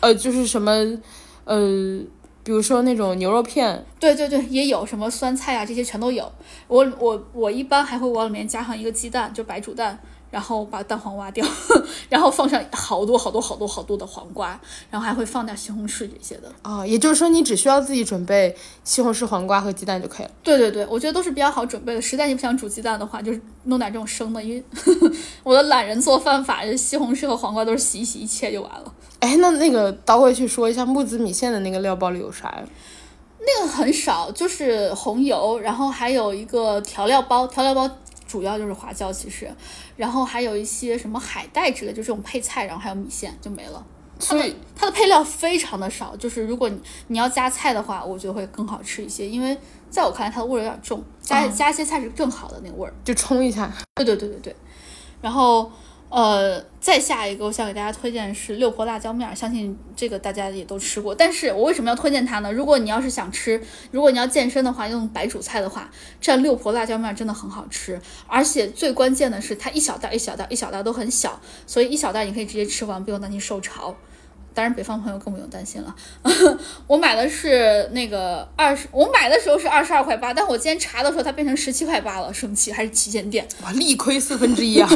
呃，就是什么，呃，比如说那种牛肉片，对对对，也有什么酸菜啊，这些全都有。我我我一般还会往里面加上一个鸡蛋，就白煮蛋，然后把蛋黄挖掉， 然后放上好多好多好多好多的黄瓜，然后还会放点西红柿这些的。啊、也就是说你只需要自己准备西红柿、黄瓜和鸡蛋就可以了。对对对，我觉得都是比较好准备的。实在你不想煮鸡蛋的话，就是弄点这种生的，因为 我的懒人做饭法，西红柿和黄瓜都是洗一洗一切就完了。哎，那那个倒回去说一下木子米线的那个料包里有啥呀？那个很少，就是红油，然后还有一个调料包，调料包主要就是花椒，其实，然后还有一些什么海带之类，就这种配菜，然后还有米线就没了。所以它的配料非常的少，就是如果你你要加菜的话，我觉得会更好吃一些，因为在我看来它的味儿有点重，啊加、加一些菜是更好的那个味儿。就冲一下。对对对对对，然后呃，再下一个我想给大家推荐的是六婆辣椒面儿，相信这个大家也都吃过。但是我为什么要推荐它呢？如果你要是想吃，如果你要健身的话，用白煮菜的话，蘸六婆辣椒面儿真的很好吃，而且最关键的是它一小袋一小袋一小袋都很小，所以一小袋你可以直接吃完，不用担心受潮。当然，北方朋友更不用担心了。 我买的是那个二十，我买的时候是二十二块八，但我今天查的时候它变成十七块八了，生气还是旗舰店。哇，力亏四分之一啊！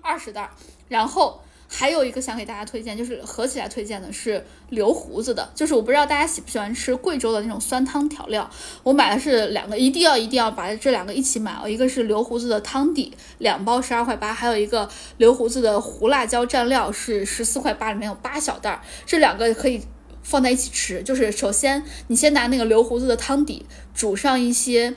二十袋儿，然后还有一个想给大家推荐，就是合起来推荐的是留胡子的，就是我不知道大家喜不喜欢吃贵州的那种酸汤调料，我买的是两个，一定要一定要把这两个一起买哦，一个是留胡子的汤底，两包十二块八，还有一个留胡子的胡辣椒蘸料是十四块八，里面有八小袋儿，这两个可以。放在一起吃，就是首先你先拿那个留胡子的汤底煮上一些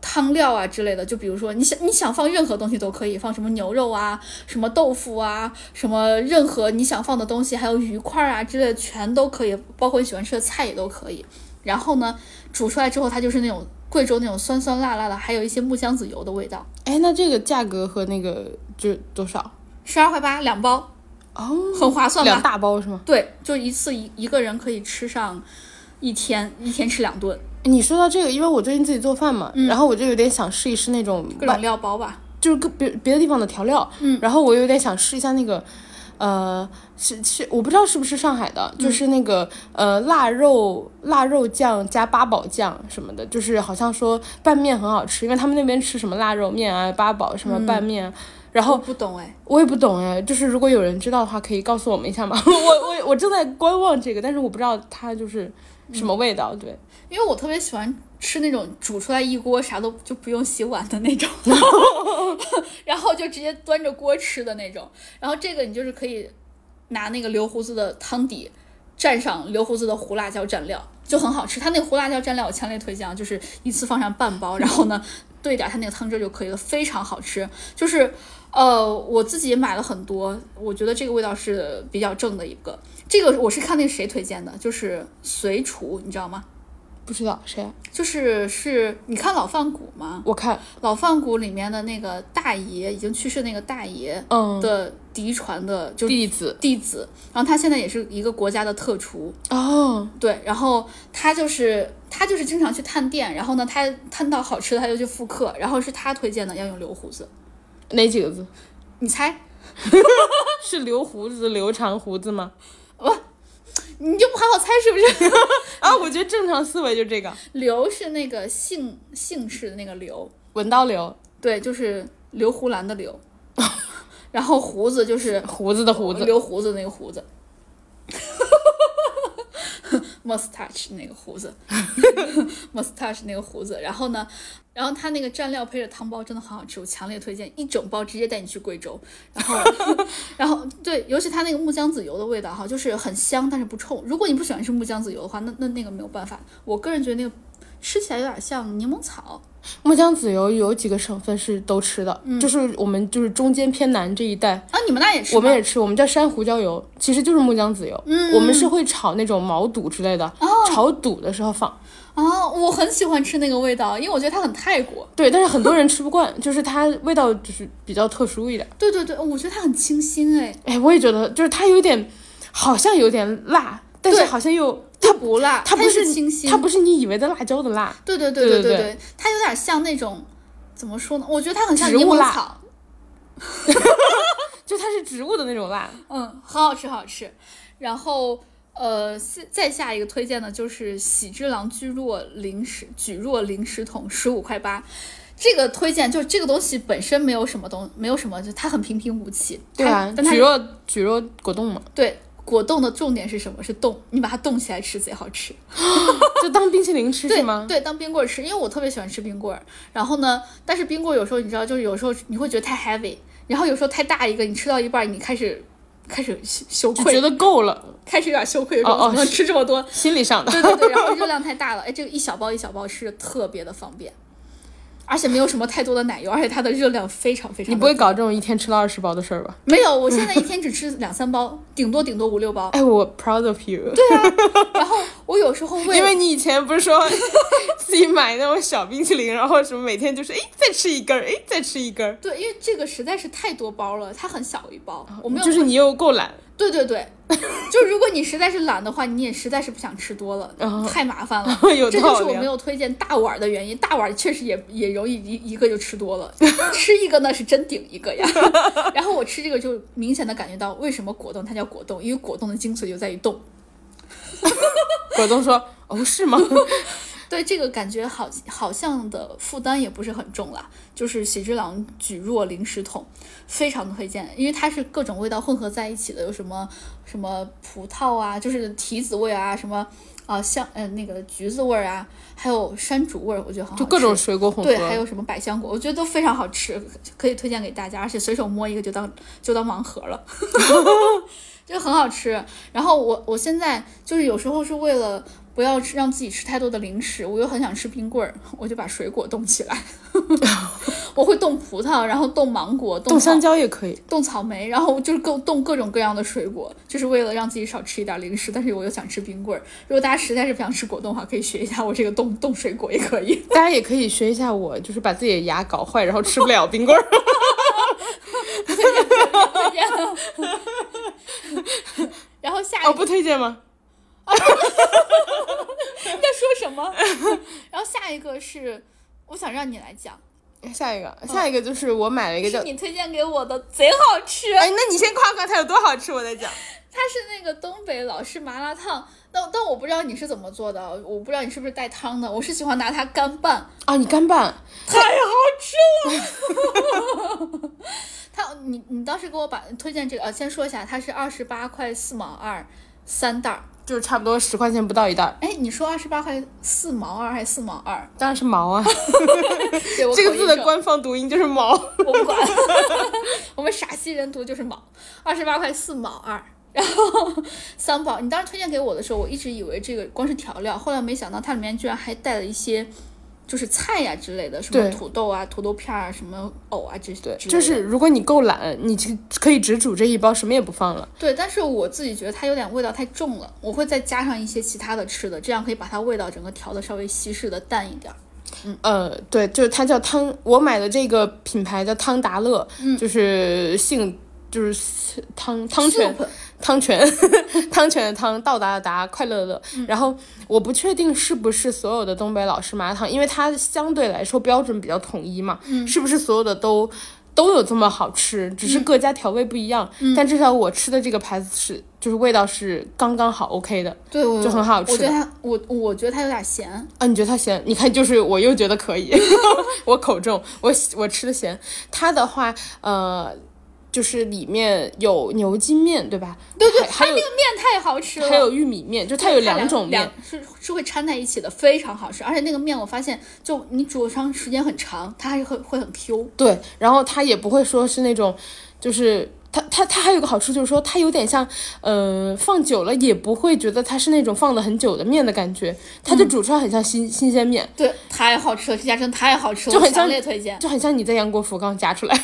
汤料啊之类的，就比如说你想你想放任何东西都可以，放什么牛肉啊，什么豆腐啊，什么任何你想放的东西，还有鱼块啊之类的，全都可以，包括你喜欢吃的菜也都可以。然后呢，煮出来之后，它就是那种贵州那种酸酸辣辣的，还有一些木香子油的味道。哎，那这个价格和那个就多少？十二块八两包，哦，很划算两吧？大包是吗？对，就一次一一个人可以吃上一天，一天吃两顿，你说到这个，因为我最近自己做饭嘛，然后我就有点想试一试那种嗯各种料包吧。就是各别别的地方的调料，嗯，然后我有点想试一下那个，呃，是是，我不知道是不是上海嗯的，就是那个、呃腊肉腊肉酱加八宝酱什么的，就是好像说拌面很好吃，因为他们那边吃什么腊肉面啊、八宝什么嗯拌面啊、然我后不懂哎，我也不懂哎，就是如果有人知道的话，可以告诉我们一下吗？ 我我我正在观望这个，但是我不知道它就是什么味道，对。因为我特别喜欢吃那种煮出来一锅啥都就不用洗碗的那种，然后就直接端着锅吃的那种。然后这个你就是可以拿那个留胡子的汤底蘸上留胡子的胡辣椒蘸料，就很好吃。它那个胡辣椒蘸料我强烈推荐，啊，就是一次放上半包，然后呢兑点它那个汤汁就可以了，非常好吃。就是呃，我自己也买了很多，我觉得这个味道是比较正的一个。这个我是看那个谁推荐的，就是随厨，你知道吗？不知道谁啊、就是是你看老饭骨吗？我看，老饭骨里面的那个大爷，已经去世那个大爷嗯，的嫡传的就弟子弟子，然后他现在也是一个国家的特厨，哦，对，然后他就是他就是经常去探店，然后呢，他探到好吃的他就去复刻，然后是他推荐的要用留胡子，哪几个字？你猜？是留胡子、留长胡子吗？你就不好好猜是不是？啊，我觉得正常思维就这个，刘是那个姓姓氏的那个刘，文刀流，对，就是刘胡兰的刘，然后胡子就是胡子的胡子，留胡子那个胡子 ，mustache 那个胡子 ，mustache 那个胡子。然后呢，然后他那个蘸料配着汤包真的很好吃，我强烈推荐一整包，直接带你去贵州。然后， 然后对，尤其他那个木姜子油的味道哈，就是很香，但是不冲。如果你不喜欢吃木姜子油的话，那那那个没有办法。我个人觉得那个吃起来有点像柠檬草，木姜子油有几个省份是都吃的，就是我们就是中间偏南这一带，啊，你们那也吃吗？我们也吃，我们叫山胡椒油，其实就是木姜子油。嗯我们是会炒那种毛肚之类的，炒肚的时候放。啊，我很喜欢吃那个味道，因为我觉得它很泰国。对，但是很多人吃不惯，就是它味道就是比较特殊一点。对对对，我觉得它很清新哎。哎，我也觉得就是它有点，好像有点辣，但是对好像又它不辣，它不又是清新，它不是你以为的辣椒的辣，对对对对对对对，它有点像那种怎么说呢？我觉得它很像植物柠檬辣草，就它是植物的那种辣。嗯，很好吃，很好吃。然后呃，下再下一个推荐的就是喜之郎居若零食举若零食桶十五块八。这个推荐就是这个东西本身没有什么东，没有什么，就它很平平无奇。对啊，它但它蒟蒻蒟蒻果冻 嘛，对果冻的重点是什么？是冻，你把它冻起来吃贼好吃。就当冰淇淋吃是吗？对，当冰棍儿吃，因为我特别喜欢吃冰棍儿。然后呢，但是冰棍儿有时候你知道，就是有时候你会觉得太 heavy，然后有时候太大一个，你吃到一半儿，你开始开始羞羞就觉愧，得够了，开始有点羞愧，有种哦哦怎么能是吃这么多？ 心理上的。对对对，然后热量太大了，哎，这个一小包一小包吃着特别的方便，而且没有什么太多的奶油，而且它的热量非常非常。你不会？搞这种一天吃了二十包的事儿吧？没有，我现在一天只吃两三包，顶多顶多五六包。哎，我 proud of you。然后我有时候 为因为你以前不是说 自己买那种小冰淇淋，然后什么每天就是哎再吃一根儿，哎再吃一根儿，对，因为这个实在是太多包了，它很小一包，哦我没有就是你又够懒，对对 对，就如果你实在是懒的话，你也实在是不想吃多了，嗯太麻烦了。 有这就道是我理没啊。有推荐大碗的原因，大碗确实也也容易一一个就吃多 了，吃一个呢是真顶一个呀。 然后我吃这个就明显的感觉到为什么果冻它叫果冻，因为果冻的精髓就在于冻。果冻说：“哦，是吗？对这个感觉好，好像的负担也不是很重啦。就是喜之郎举若零食桶，非常推荐，因为它是各种味道混合在一起的，有什么什么葡萄啊，就是提子味啊，什么啊、呃香呃那个橘子味儿啊，还有山竹味儿，我觉 得很好吃。就各种水果混合。对，还有什么百香果，我觉得都非常好吃，可以推荐给大家，而且随手摸一个就当就当盲盒 了， 就很好吃。然后我我现在就是有时候是为了不要吃让自己吃太多的零食，我又很想吃冰棍儿，我就把水果冻起 来， 我会冻葡萄，然后冻芒果，冻冻草香蕉也可以。冻草莓，然后就是各冻各种各样的水果，就是为了让自己少吃一点零食，但是我又想吃冰棍儿。如果大家实在是不想吃果冻的话，可以学一下我这个冻冻水果也可以。大家也可以学一下我，就是把自己的牙搞坏，然后吃不了冰 棍儿。 然后下一哦，个不推荐吗？在说什么？ 然后下一个是，我想让你来讲，哎下一个，下一个就是我买了一个叫……是你推荐给我的，贼好吃。哎，那你先夸夸它有多好吃，我再讲。它是那个东北老式麻辣烫，但但我不知道你是怎么做的，我不知道你是不是带汤的，我是喜欢拿它干拌，啊，你干拌，太好吃了。 它你你当时给我把推荐这个，呃，先说一下，它是二十八块四毛二三袋儿。就是差不多十块钱不到一袋儿，哎，你说二十八块四毛二还是四毛 二？当然是毛啊。对我这个口字音的正官方读音就是毛。 我不管，我们陕西人读就是毛，二十八块四毛二。然后三宝，你当时推荐给我的时候，我一直以为这个光是调料，后来没想到它里面居然还带了一些，就是菜呀、之类的，什么对土豆啊、土豆片儿啊、什么藕啊这些对，之类的，就是如果你够懒，你就可以只煮这一包，什么也不放了。对。但是我自己觉得它有点味道太重了，我会再加上一些其他的吃的，这样可以把它味道整个调的稍微稀释的淡一点儿。呃，对，就是它叫汤，我买的这个品牌叫汤达乐，就是姓就是汤汤泉 Soup 汤泉 汤泉的汤，到达的达，快乐的乐。然后我不确定是不是所有的东北老式麻辣烫，因为它相对来说标准比较统一嘛，是不是所有的都？都有这么好吃，只是各家调味不一样，但至少我吃的这个牌子是，就是味道是刚刚好 OK 的对，我就很好我吃的觉得它，我我觉得它有点咸。啊。你觉得它咸？你看，就是我又觉得可以， 我口重，我喜我吃的咸。它的话，呃，就是里面有牛筋面，对吧？对对，还有面太好吃了，还有玉米面，就它有两种面两，是是会掺在一起的，非常好吃。而且那个面我发现，就你煮上时间很长，它还是会会很 Q。对，然后它也不会说是那种，就是它它它还有个好处就是说它有点像，呃，放久了也不会觉得它是那种放了很久的面的感觉，它就煮出来很像新、新鲜面，对，太好吃了，这家真的太好吃了，就很我强像烈推荐。就很像你在杨国福刚夹出来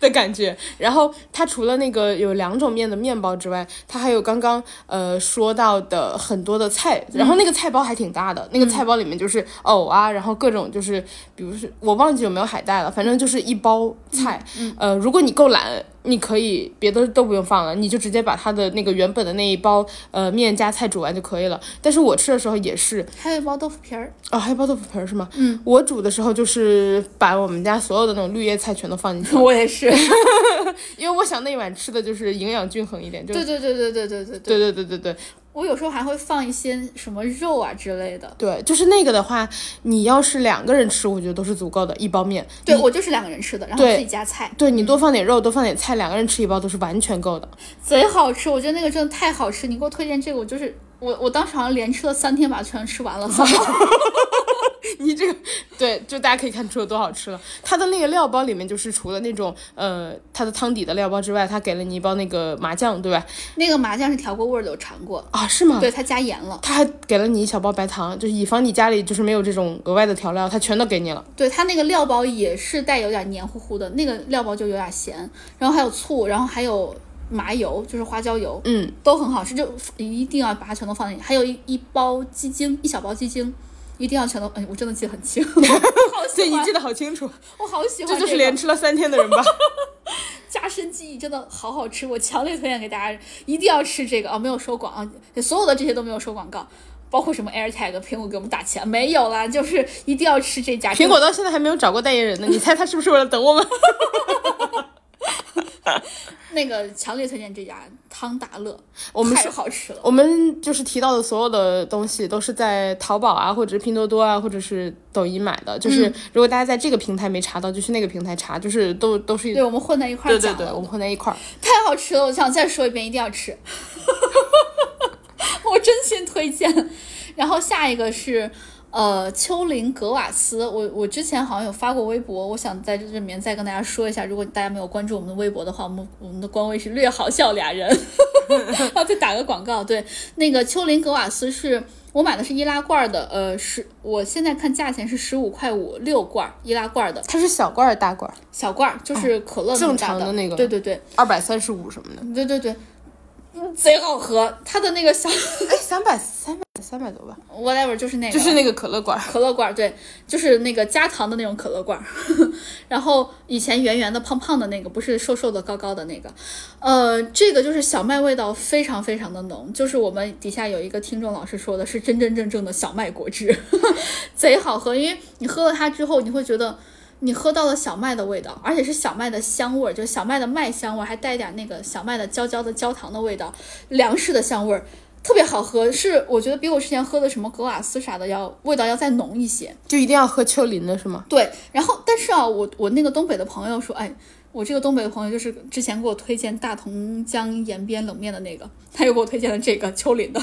的感觉。然后它除了那个有两种面的面包之外，它还有刚刚呃说到的很多的菜，然后那个菜包还挺大的，那个菜包里面就是藕啊，然后各种就是，比如是我忘记有没有海带了，反正就是一包菜。呃，如果你够懒。你可以别的都不用放了，你就直接把它的那个原本的那一包呃面加菜煮完就可以了。但是我吃的时候也是，还有一包豆腐 皮儿，哦，还有包豆腐皮儿是吗？嗯，我煮的时候就是把我们家所有的那种绿叶菜全都放进 去了，我也是。因为我想那碗吃的就是营养均衡一点，就对对对对对对对对，对对对对对我有时候还会放一些什么肉啊之类的。对，就是那个的话，你要是两个人吃，我觉得都是足够的，一包面。对我就是两个人吃的，然后嗯对自己加菜，对你多放点肉，多放点菜，两个人吃一包都是完全够的。贼好吃。我觉得那个真的太好吃，你给我推荐这个，我就是我我当时好像连吃了三天，把它全吃完了。 三包 你这个对，就大家可以看出有多好吃了。它的那个料包里面，就是除了那种呃它的汤底的料包之外，它给了你一包那个麻酱，对吧？那个麻酱是调过味儿的，我尝过，啊，是吗？对，它加盐了。他还给了你一小包白糖，就是以防你家里就是没有这种额外的调料，他全都给你了。对它那个料包也是带有点黏糊糊的，那个料包就有点咸，然后还有醋，然后还有麻油，就是花椒油，嗯，都很好吃，就一定要把它全都放进去。还有一一包鸡精，一小包鸡精，一定要全都，哎，我真的记得很清， 我好对喜你欢记，得好清楚，我好喜欢、这个，就是连吃了三天的人 吧？加深记忆，真的好好吃，我强烈推荐给大家，一定要吃这个啊、没有收广啊，所有的这些都没有收广告。包括什么 AirTag 苹果给我们打钱没有啦，就是一定要吃这家苹果到现在还没有找过代言人 呢，你猜他是不是为了等我们？那个强烈推荐这家汤达乐，我们太是。好吃了。我们就是提到的所有的东西都是在淘宝啊，或者是拼多多啊，或者是抖音买的。就是如果大家在这个平台没查到，就去那个平台查，就是都都是一对，我们混在一块对儿讲对了，对，我们混在一块儿。太好吃了！我想再说一遍，一定要吃， 我真心推荐。然后下一个是呃丘陵格瓦斯，我我之前好像有发过微博，我想在这里面再跟大家说一下，如果大家没有关注我们的微博的话，我们我们的官微是略好笑 俩人，然后再打个广告。对，那个丘陵格瓦斯是。我买的是易拉罐的，呃，十，我现在看价钱是十五块五，六罐易拉罐的它是小罐儿、大罐儿，小罐儿，就是可乐那么哦正大常的那个对对对，二百三十五什么的，对对对，嗯贼好喝。它的那个小哎，三百三百三百多吧， whatever 就是那个，就是那个可乐罐儿。可乐罐儿，对，就是那个加糖的那种可乐罐儿。 然后以前圆圆的、胖胖的那个，不是瘦瘦的、高高的那个。呃，这个就是小麦味道非常非常的浓，就是我们底下有一个听众老师说的是真真正正的小麦果汁， 贼好喝。因为你喝了它之后，你会觉得。你喝到了小麦的味道，而且是小麦的香味儿，就是小麦的麦香味儿，还带点那个小麦的焦焦的焦糖的味道，粮食的香味儿，特别好喝。是我觉得比我之前喝的什么格瓦斯啥的要味道要再浓一些。就一定要喝丘陵的是吗？对，然后但是啊，我我那个东北的朋友说，哎，我这个东北的朋友就是之前给我推荐大同江沿边冷面的那个， 他又给我推荐了这个丘陵的，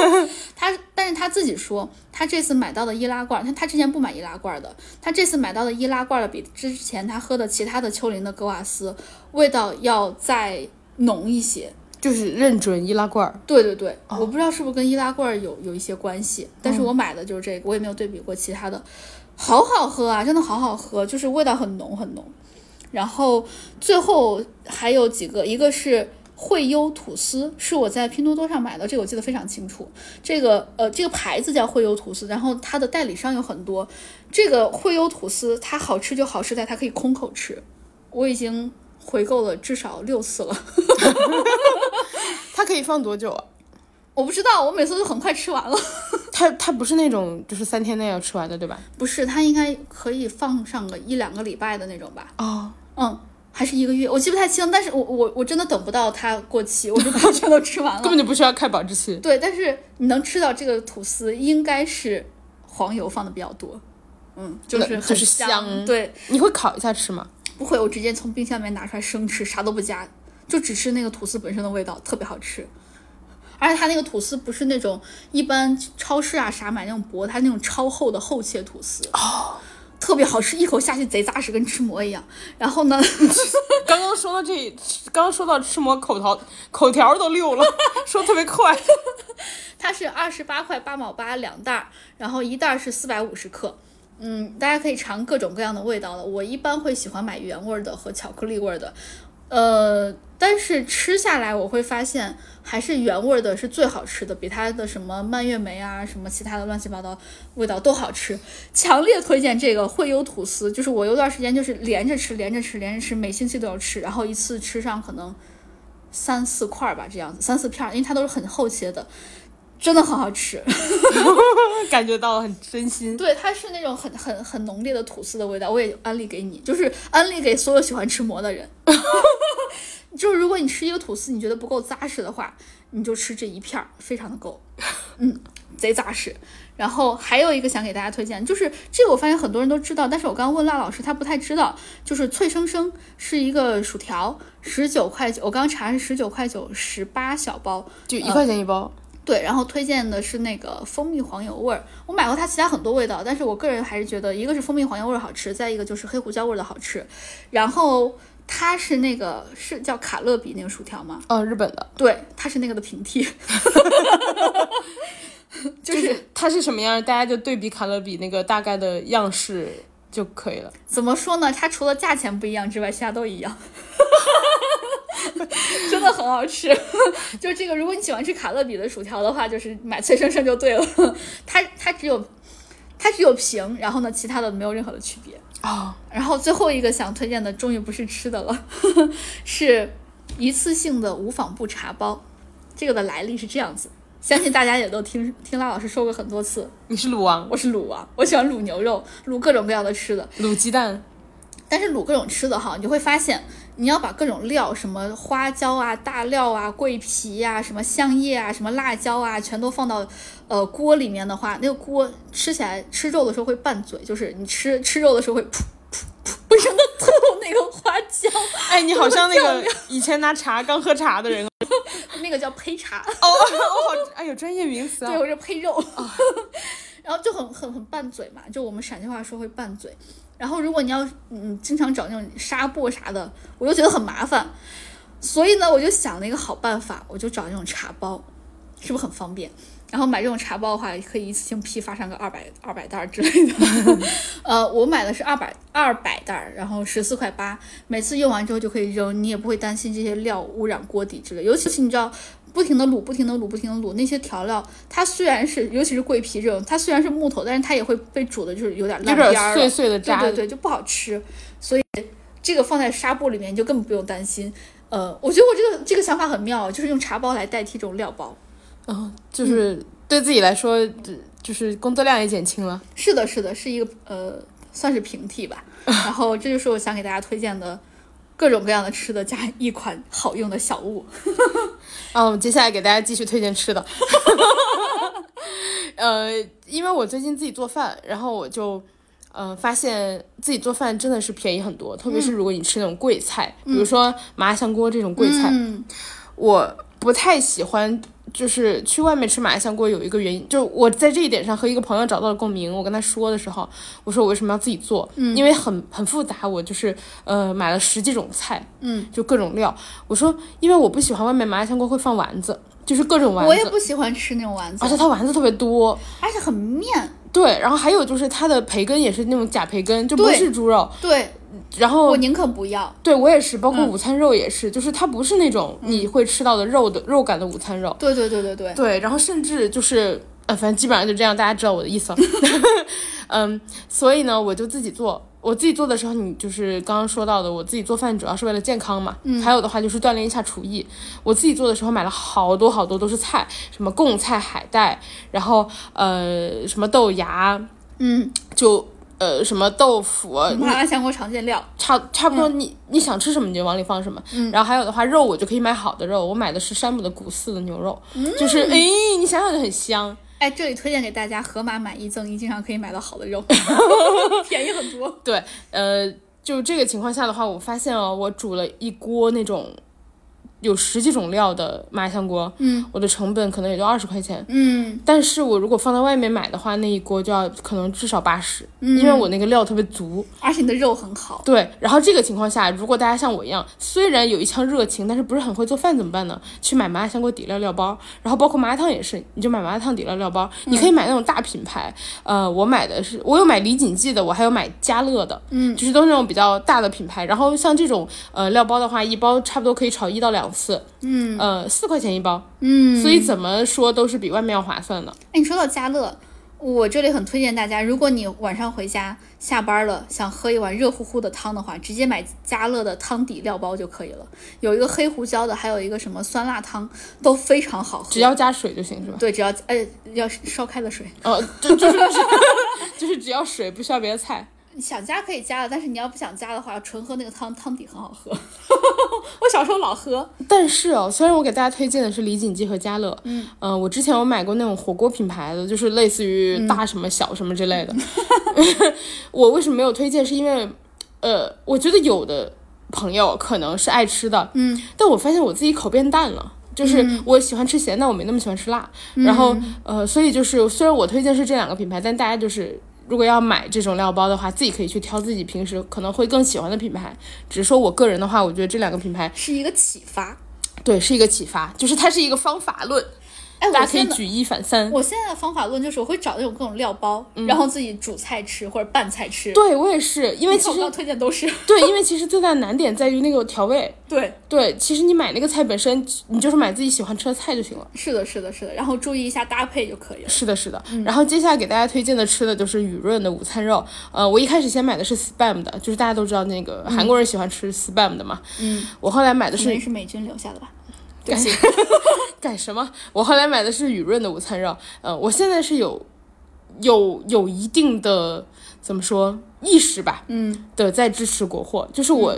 他但是他自己说，他这次买到的易拉罐，他他之前不买易拉罐的，他这次买到的易拉罐的比之前他喝的其他的丘陵的格瓦斯味道要再浓一些。就是认准易拉罐儿。对对对，我不知道是不是跟易拉罐儿有有一些关系，但是我买的就是这个，我也没有对比过其他的，好好喝啊，真的好好喝，就是味道很浓很浓。然后最后还有几个，一个是惠优吐司，是我在拼多多上买的，这个我记得非常清楚。这个呃，这个牌子叫惠优吐司，然后它的代理商有很多。这个惠优吐司它好吃就好吃在它可以空口吃，我已经回购了至少六次了。它可以放多久啊？我不知道，我每次都很快吃完了。它它不是那种就是三天内要吃完的，对吧？不是，它应该可以放上个一两个礼拜的那种吧？哦，嗯，还是一个月，我记不太清。但是我我我真的等不到它过期，我就把它全都吃完根 了。本就不需要看保质期。对，但是你能吃到这个吐司，应该是黄油放的比较多。嗯，就那是就很是香对，你会烤一下吃吗？不会，我直接从冰箱里面拿出来生吃，啥都不加，就只吃那个吐司本身的味道，特别好吃。而且它那个吐司不是那种一般超市啊啥买那种薄，它那种超厚的厚切吐司哦，特别好吃，一口下去贼扎实，跟吃馍一样。然后呢，刚刚说到这，刚刚说到吃馍口条口条都溜了， 说特别快。它是二十八块八毛八两袋儿，然后一袋儿是四百五十克。嗯，大家可以尝各种各样的味道了。我一般会喜欢买原味儿的和巧克力味儿的，呃，但是吃下来我会发现还是原味儿的是最好吃的，比它的什么蔓越莓啊、什么其他的乱七八糟味道都好吃。强烈推荐这个惠优吐司，就是我有段时间就是连着吃、连着吃、连着吃，每星期都要吃，然后一次吃上可能三四块儿吧，这样子三四片儿，因为它都是很厚切的。真的很好吃， 感觉到了很真心。对，它是那种很很很浓烈的吐司的味道，我也安利给你，就是安利给所有喜欢吃馍的人。 就是如果你吃一个吐司，你觉得不够扎实的话，你就吃这一片儿，非常的够，嗯，贼扎实。然后还有一个想给大家推荐，就是这个我发现很多人都知道，但是我刚刚问辣老师，他不太知道，就是脆生生是一个薯条，十九块九，我刚查是十九块九，十八小包，就一块钱一包，对，然后推荐的是那个蜂蜜黄油味儿，我买过它其他很多味道，但是我个人还是觉得一个是蜂蜜黄油味儿好吃，再一个就是黑胡椒味儿的好吃。然后它是那个是叫卡乐比那个薯条吗？嗯、日本的，对，它是那个的平替， 就是它是什么样，大家就对比卡乐比那个大概的样式就可以了。怎么说呢？它除了价钱不一样之外，其他都一样， 真的很好吃。 就这个，如果你喜欢吃卡乐比的薯条的话，就是买脆生生就对了。它它只有它只有平，然后呢，其他的没有任何的区别。哦，然后最后一个想推荐的，终于不是吃的了， 是一次性的无纺布茶包。这个的来历是这样子，相信大家也都听听拉老师说过很多次。你是鲁王，我是卤啊，我喜欢卤牛肉，卤各种各样的吃的。卤鸡 蛋，但是卤各种吃的哈，你就会发现，你要把各种料，什么花椒啊、大料啊、桂皮呀、什么香叶啊、什么辣椒啊，全都放到呃锅里面的话，那个锅吃起来吃肉的时候会拌嘴，就是你吃吃肉的时候会噗噗噗，不停的吐那个花椒， 哎，你好像那个以前拿茶刚喝茶的人哦，那个叫胚 茶。我好，哎有专业名词啊对，，我这配肉， 然后就很很很拌嘴嘛，就我们陕西话说会拌嘴。然后如果你要嗯经常找那种纱布啥的，我又觉得很麻烦，所以呢，我就想了一个好办法，我就找那种茶包，是不是很方便？然后买这种茶包的话，可以一次性批发上个二百二百袋儿之类的。 呃，我买的是二百二百袋儿，然后十四块八，每次用完之后就可以扔，你也不会担心这些料污染锅底之类。尤其是你知道，不停的卤，不停的卤，不停的卤，那些调料它虽然是，尤其是桂皮这种，它虽然是木头，但是它也会被煮的，就是有点有点烂边儿了碎碎的渣，对对对，就不好吃。所以这个放在纱布里面，你就根本不用担心。呃，我觉得我这个这个想法很妙，啊就是用茶包来代替这种料包。嗯，就是对自己来说，这就是工作量也减轻了。是的，是的，是一个呃，算是平替吧。然后这就是我想给大家推荐的各种各样的吃的加一款好用的小物。嗯，接下来给大家继续推荐吃的。呃，因为我最近自己做饭，然后我就，呃，发现自己做饭真的是便宜很多，特嗯别是如果你吃那种贵菜，比如说麻辣香锅这种贵菜，嗯，我不太喜欢就是去外面吃麻辣香锅有一个原因，就是我在这一点上和一个朋友找到了共鸣。我跟他说的时候，我说我为什么要自己做，嗯因为很很复杂，我就是呃买了十几种菜，嗯，就各种料。我说因为我不喜欢外面麻辣香锅会放丸子，就是各种丸我也子，哦不喜欢吃那种丸子，而且它丸子特别多，而且很面。对，然后还有就是它的培根也是那种假培根，就不对是猪肉。对然后我嗯宁可不要。对我也是，包括午餐肉也是，就是它不是那种嗯你会吃到的肉的、肉感的午餐肉。对对对对对，对，然后甚至就是，呃，反正基本上就这样，大家知道我的 意思了。嗯，所以呢，我就自己做。我自己做的时候，你就是刚刚说到的，我自己做饭主要是为了健康嘛，嗯还有的话就是锻炼一下厨艺。我自己做的时候买了好多好多都是菜，什么贡菜、海带，然后呃什么豆芽，嗯，就呃什么豆腐啊，麻辣香锅常见料。差差不多你，你、想吃什么你就往里放什么。然后还有的话，肉我就可以买好的肉，我买的是山姆的古寺的牛肉，就是哎，你想想就很香。哎，这里推荐给大家盒马买一赠一，经常可以买到好的肉， 便宜很多。对，呃，就这个情况下的话，我发现哦，我煮了一锅那种有十几种料的麻辣香锅，嗯，我的成本可能也就二十块钱。嗯，但是我如果放在外面买的话，那一锅就要可能至少八十、因为我那个料特别足。而且你的肉很好。对，然后这个情况下，如果大家像我一样，虽然有一腔热情，但是不是很会做饭怎么办呢？去买麻辣香锅底料料包，然后包括麻辣烫也是，你就买麻辣烫底料料包，你可以买那种大品牌。呃，我买的是，我有买李锦记的，我还有买家乐的，嗯，就是都是那种比较大的品牌。然后像这种呃料包的话，一包差不多可以炒一到两次，嗯，呃，四块钱一包，嗯，所以怎么说都是比外面要划算的。哎，你说到家乐，我这里很推荐大家，如果你晚上回家下班了，想喝一碗热乎乎的汤的话，直接买家乐的汤底料包就可以了。有一个黑胡椒的，还有一个什么酸辣汤，都非常好喝。只要加水就行，是吧？对，只要哎要烧开了水，呃，就就是 就是只要水，不需要别的菜。你想加可以加的，但是你要不想加的话，纯喝那个汤，汤底很好喝。 我小时候老喝，但是哦，虽然我给大家推荐的是李锦记和家乐，嗯，呃，我之前有买过那种火锅品牌的，就是类似于大什么小什么之类的。嗯 我为什么没有推荐？是因为，呃，我觉得有的朋友可能是爱吃的，嗯，但我发现我自己口变淡了。就是我喜欢吃咸，但我没那么喜欢吃辣。然后，呃，所以就是虽然我推荐是这两个品牌，但大家就是如果要买这种料包的话，自己可以去挑自己平时可能会更喜欢的品牌。只是说我个人的话，我觉得这两个品牌是一个启发。对，是一个启发，就是它是一个方法论，哎，大我家可以现在举一反三。我现在的方法论就是我会找那种各种料包，然后自己煮菜吃或者拌菜吃。嗯对我也是，因为你其看我实刚推荐都是 对，因为其实最大的难点在于那个调味。对，对，其实你买那个菜本身，你就是买自己喜欢吃的菜就行了。是的，是的，是的，然后注意一下搭配就可以了。是的，是的。然后接下来给大家推荐的吃的就是雨润的午餐肉。呃，我一开始先买的是 spam 的，就是大家都知道那个韩国人喜欢吃 spam 的嘛。嗯。我后来买的可是能是美军留下的吧。对不起，干什么？我后来买的是雨润的午餐肉，呃，我现在是有有有一定的怎么说意识吧，嗯，的在支持国货，就是我。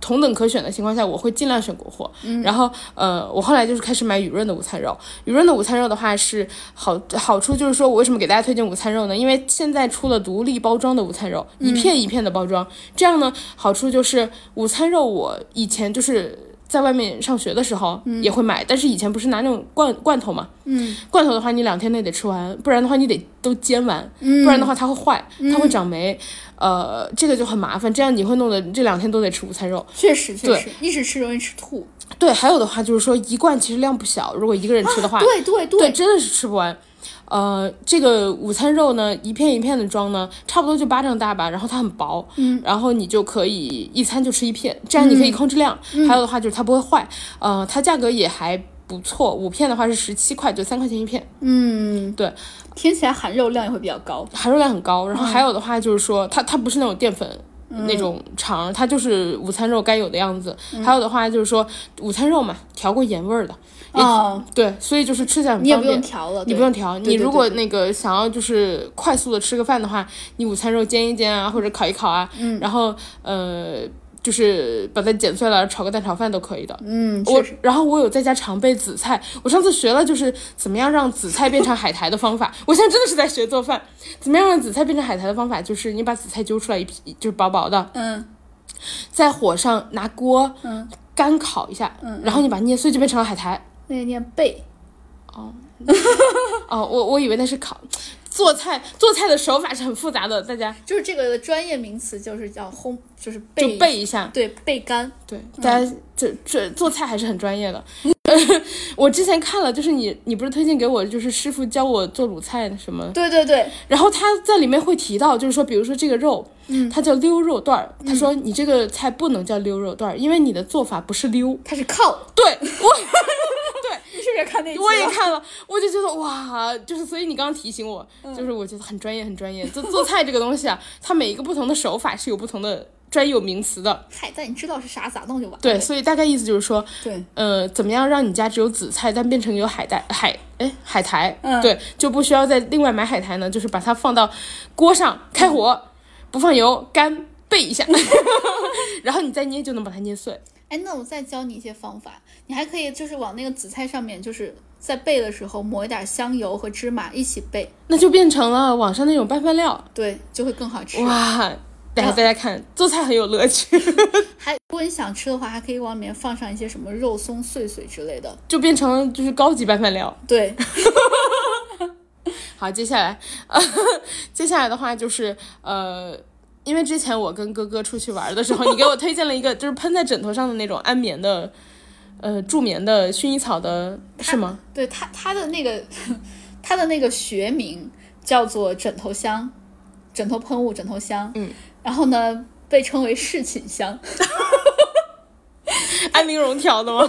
同等可选的情况下，我会尽量选国货。然后，呃，我后来就是开始买雨润的午餐肉。雨润的午餐肉的话是好好处就是说，我为什么给大家推荐午餐肉呢？因为现在出了独立包装的午餐肉，一片一片的包装。这样呢，好处就是午餐肉我以前就是在外面上学的时候也会买，但是以前不是拿那种罐罐头嘛，嗯，罐头的话你两天内得吃完，不然的话你得都煎完，嗯不然的话它会坏，它会长霉，呃，这个就很麻烦，这样你会弄得这两天都得吃午餐肉。确实确对实，一直吃容易吃吐。对，还有的话就是说一罐其实量不小，如果一个人吃的话，对对对，，真的是吃不完。呃，这个午餐肉呢，一片一片的装呢，差不多就巴掌大吧，然后它很薄，嗯，然后你就可以一餐就吃一片，这样你嗯可以控制量。还有的话就是它不会坏，呃，它价格也还不错，五片的话是十七块，就三块钱一片，嗯，对，听起来含肉量也会比较高。含肉量很高。然后还有的话就是说，它它不是那种淀粉。嗯那种肠，它就是午餐肉该有的样子。还有的话就是说，午餐肉嘛，调过盐味儿的，哦，对，所以就是吃起来很方你便。也不用调了，你对不用调，对你对如果那个想要就是快速的吃个饭的话，你午餐肉煎一煎啊，或者烤一烤啊，嗯，然后呃，就是把它剪碎了炒个蛋炒饭都可以的。嗯，确我实然后我有在家常备紫菜，我上次学了就是怎么样让紫菜变成海苔的方法。我现在真的是在学做饭，怎么样让紫菜变成海苔的方法就是你把紫菜揪出来一批，就是薄薄的，嗯在火上拿锅嗯，干烤一下，然后你把它捏碎就变成了海苔。那个念贝哦，哦，我我以为那是烤。做菜做菜的手法是很复杂的，大家就是这个专业名词就是叫烘，就是就焙背一下。嗯对焙干，对，大家这这做菜还是很专业的。 我之前看了，就是你你不是推荐给我，就是师傅教我做卤菜什么，对对对，然后他在里面会提到，就是说，比如说这个肉，嗯，它叫溜肉段儿，他说你这个菜不能叫溜肉段儿，因为你的做法不是溜。它是靠，对我你是不是看那集了？我也看了，我就觉得哇，就是所以你刚刚提醒我，嗯就是我觉得很专业很专业。做做菜这个东西啊，它每一个不同的手法是有不同的专有名词的。嗨，但你知道是啥咋弄就完了。对，所以大概意思就是说，对，呃，怎么样让你家只有紫菜，但变成有海带海哎海苔，嗯对，就不需要再另外买海苔呢，就是把它放到锅上开火，嗯不放油，干焙一 下， 然后你再捏就能把它捏碎。哎，那我再教你一些方法，你还可以就是往那个紫菜上面，就是在焙的时候抹一点香油和芝麻一起焙，那就变成了网上那种拌饭料，对，就会更好吃。哇！大家嗯大家看，做菜很有乐趣，还如果你想吃的话，还可以往里面放上一些什么肉松碎碎之类的。就变成了就是高级拌饭料。对，好，接下来， 接下来的话就是呃，因为之前我跟哥哥出去玩的时候，你给我推荐了一个就是喷在枕头上的那种安眠的，呃，助眠的薰衣草的，是吗？对，它它的那个它的那个学名叫做枕头香，枕头喷雾，枕头香。嗯，然后呢，被称为侍寝香。安陵容调的吗？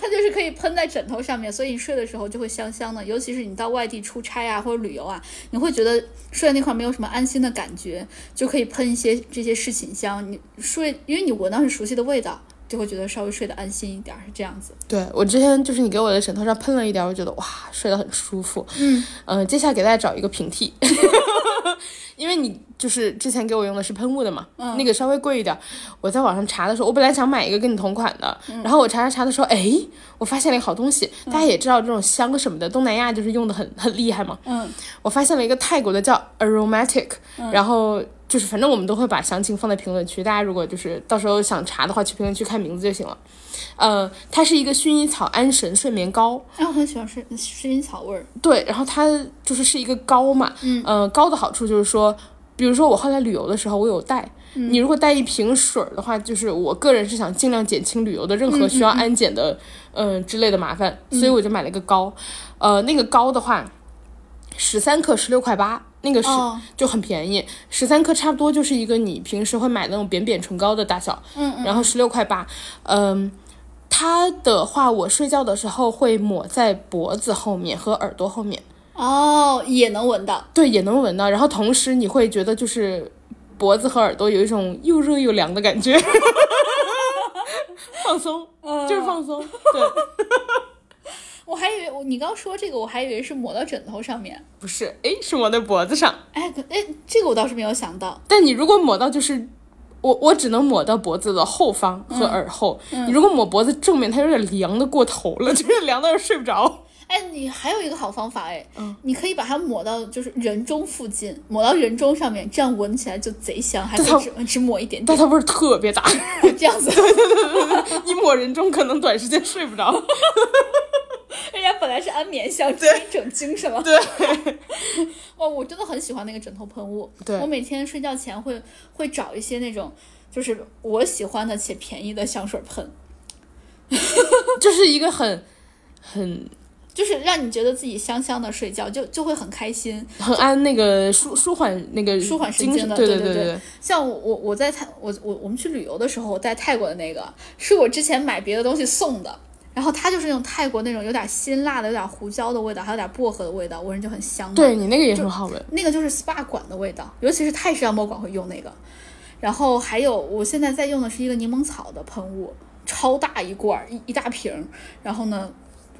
它就是可以喷在枕头上面，所以你睡的时候就会香香的。尤其是你到外地出差啊或者旅游啊，你会觉得睡在那块没有什么安心的感觉，就可以喷一些这些侍寝香。你睡，因为你闻到很熟悉的味道，就会觉得稍微睡得安心一点，是这样子。对我之前就是你给我的枕头上喷了一点，我觉得哇，睡得很舒服。嗯，呃，接下来给大家找一个平替， 因为你就是之前给我用的是喷雾的嘛，那个稍微贵一点。我在网上查的时候，我本来想买一个跟你同款的，然后我查查查的时候，哎，我发现了一个好东西。大家也知道这种香什么的，东南亚就是用的很很厉害嘛。嗯，我发现了一个泰国的叫 Aromatic，、然后就是反正我们都会把详情放在评论区，大家如果就是到时候想查的话，去评论区看名字就行了。呃，它是一个薰衣草安神睡眠膏，哎，我很喜欢睡薰衣草味儿。对，然后它就是是一个膏嘛，嗯，呃，膏的好处就是说，比如说我后来旅游的时候，我有带。嗯你如果带一瓶水儿的话，就是我个人是想尽量减轻旅游的任何需嗯要安检的，嗯之类的麻烦，所以我就买了一个膏，呃，那个膏的话，十三克十六块八，那个是、哦就很便宜，十三克差不多就是一个你平时会买的那种扁扁唇膏的大小，嗯然后十六块八，嗯，它的话我睡觉的时候会抹在脖子后面和耳朵后面，哦，也能闻到。对，也能闻到，然后同时你会觉得就是脖子和耳朵有一种又热又凉的感觉， 放松，就是放松，对，我还以为我你刚说这个，我还以为是抹到枕头上面。不是，诶，是抹在脖子上，哎，可哎，这个我倒是没有想到。但你如果抹到就是。我我只能抹到脖子的后方和耳后，你如果抹脖子正面，它有点凉的过头了，就是凉到睡不着。哎，你还有一个好方法哎，嗯你可以把它抹到就是人中附近，抹到人中上面，这样闻起来就贼香，还可它以只只抹一点但点，它味儿特别大， 这样子。一抹人中可能短时间睡不着。人家本来是安眠香，直接整精神了。对，哇，我真的很喜欢那个枕头喷雾。对我每天睡觉前会会找一些那种就是我喜欢的且便宜的香水喷，就是一个很很就是让你觉得自己香香的睡觉，就就会很开心。很安那个舒舒缓那个舒缓神精经的对对对对对对，像我我我在泰我我我们去旅游的时候，我带泰国的那个是我之前买别的东西送的，然后它就是那种泰国那种有点辛辣的、有点胡椒的味道，还有点薄荷的味道，闻着就很香嘛。对你那个也很好 闻。那个就是 SPA 馆的味道，尤其是泰式按摩馆会用那个。然后还有，我现在在用的是一个柠檬草的喷雾，超大一罐儿，一一大瓶儿。然后呢，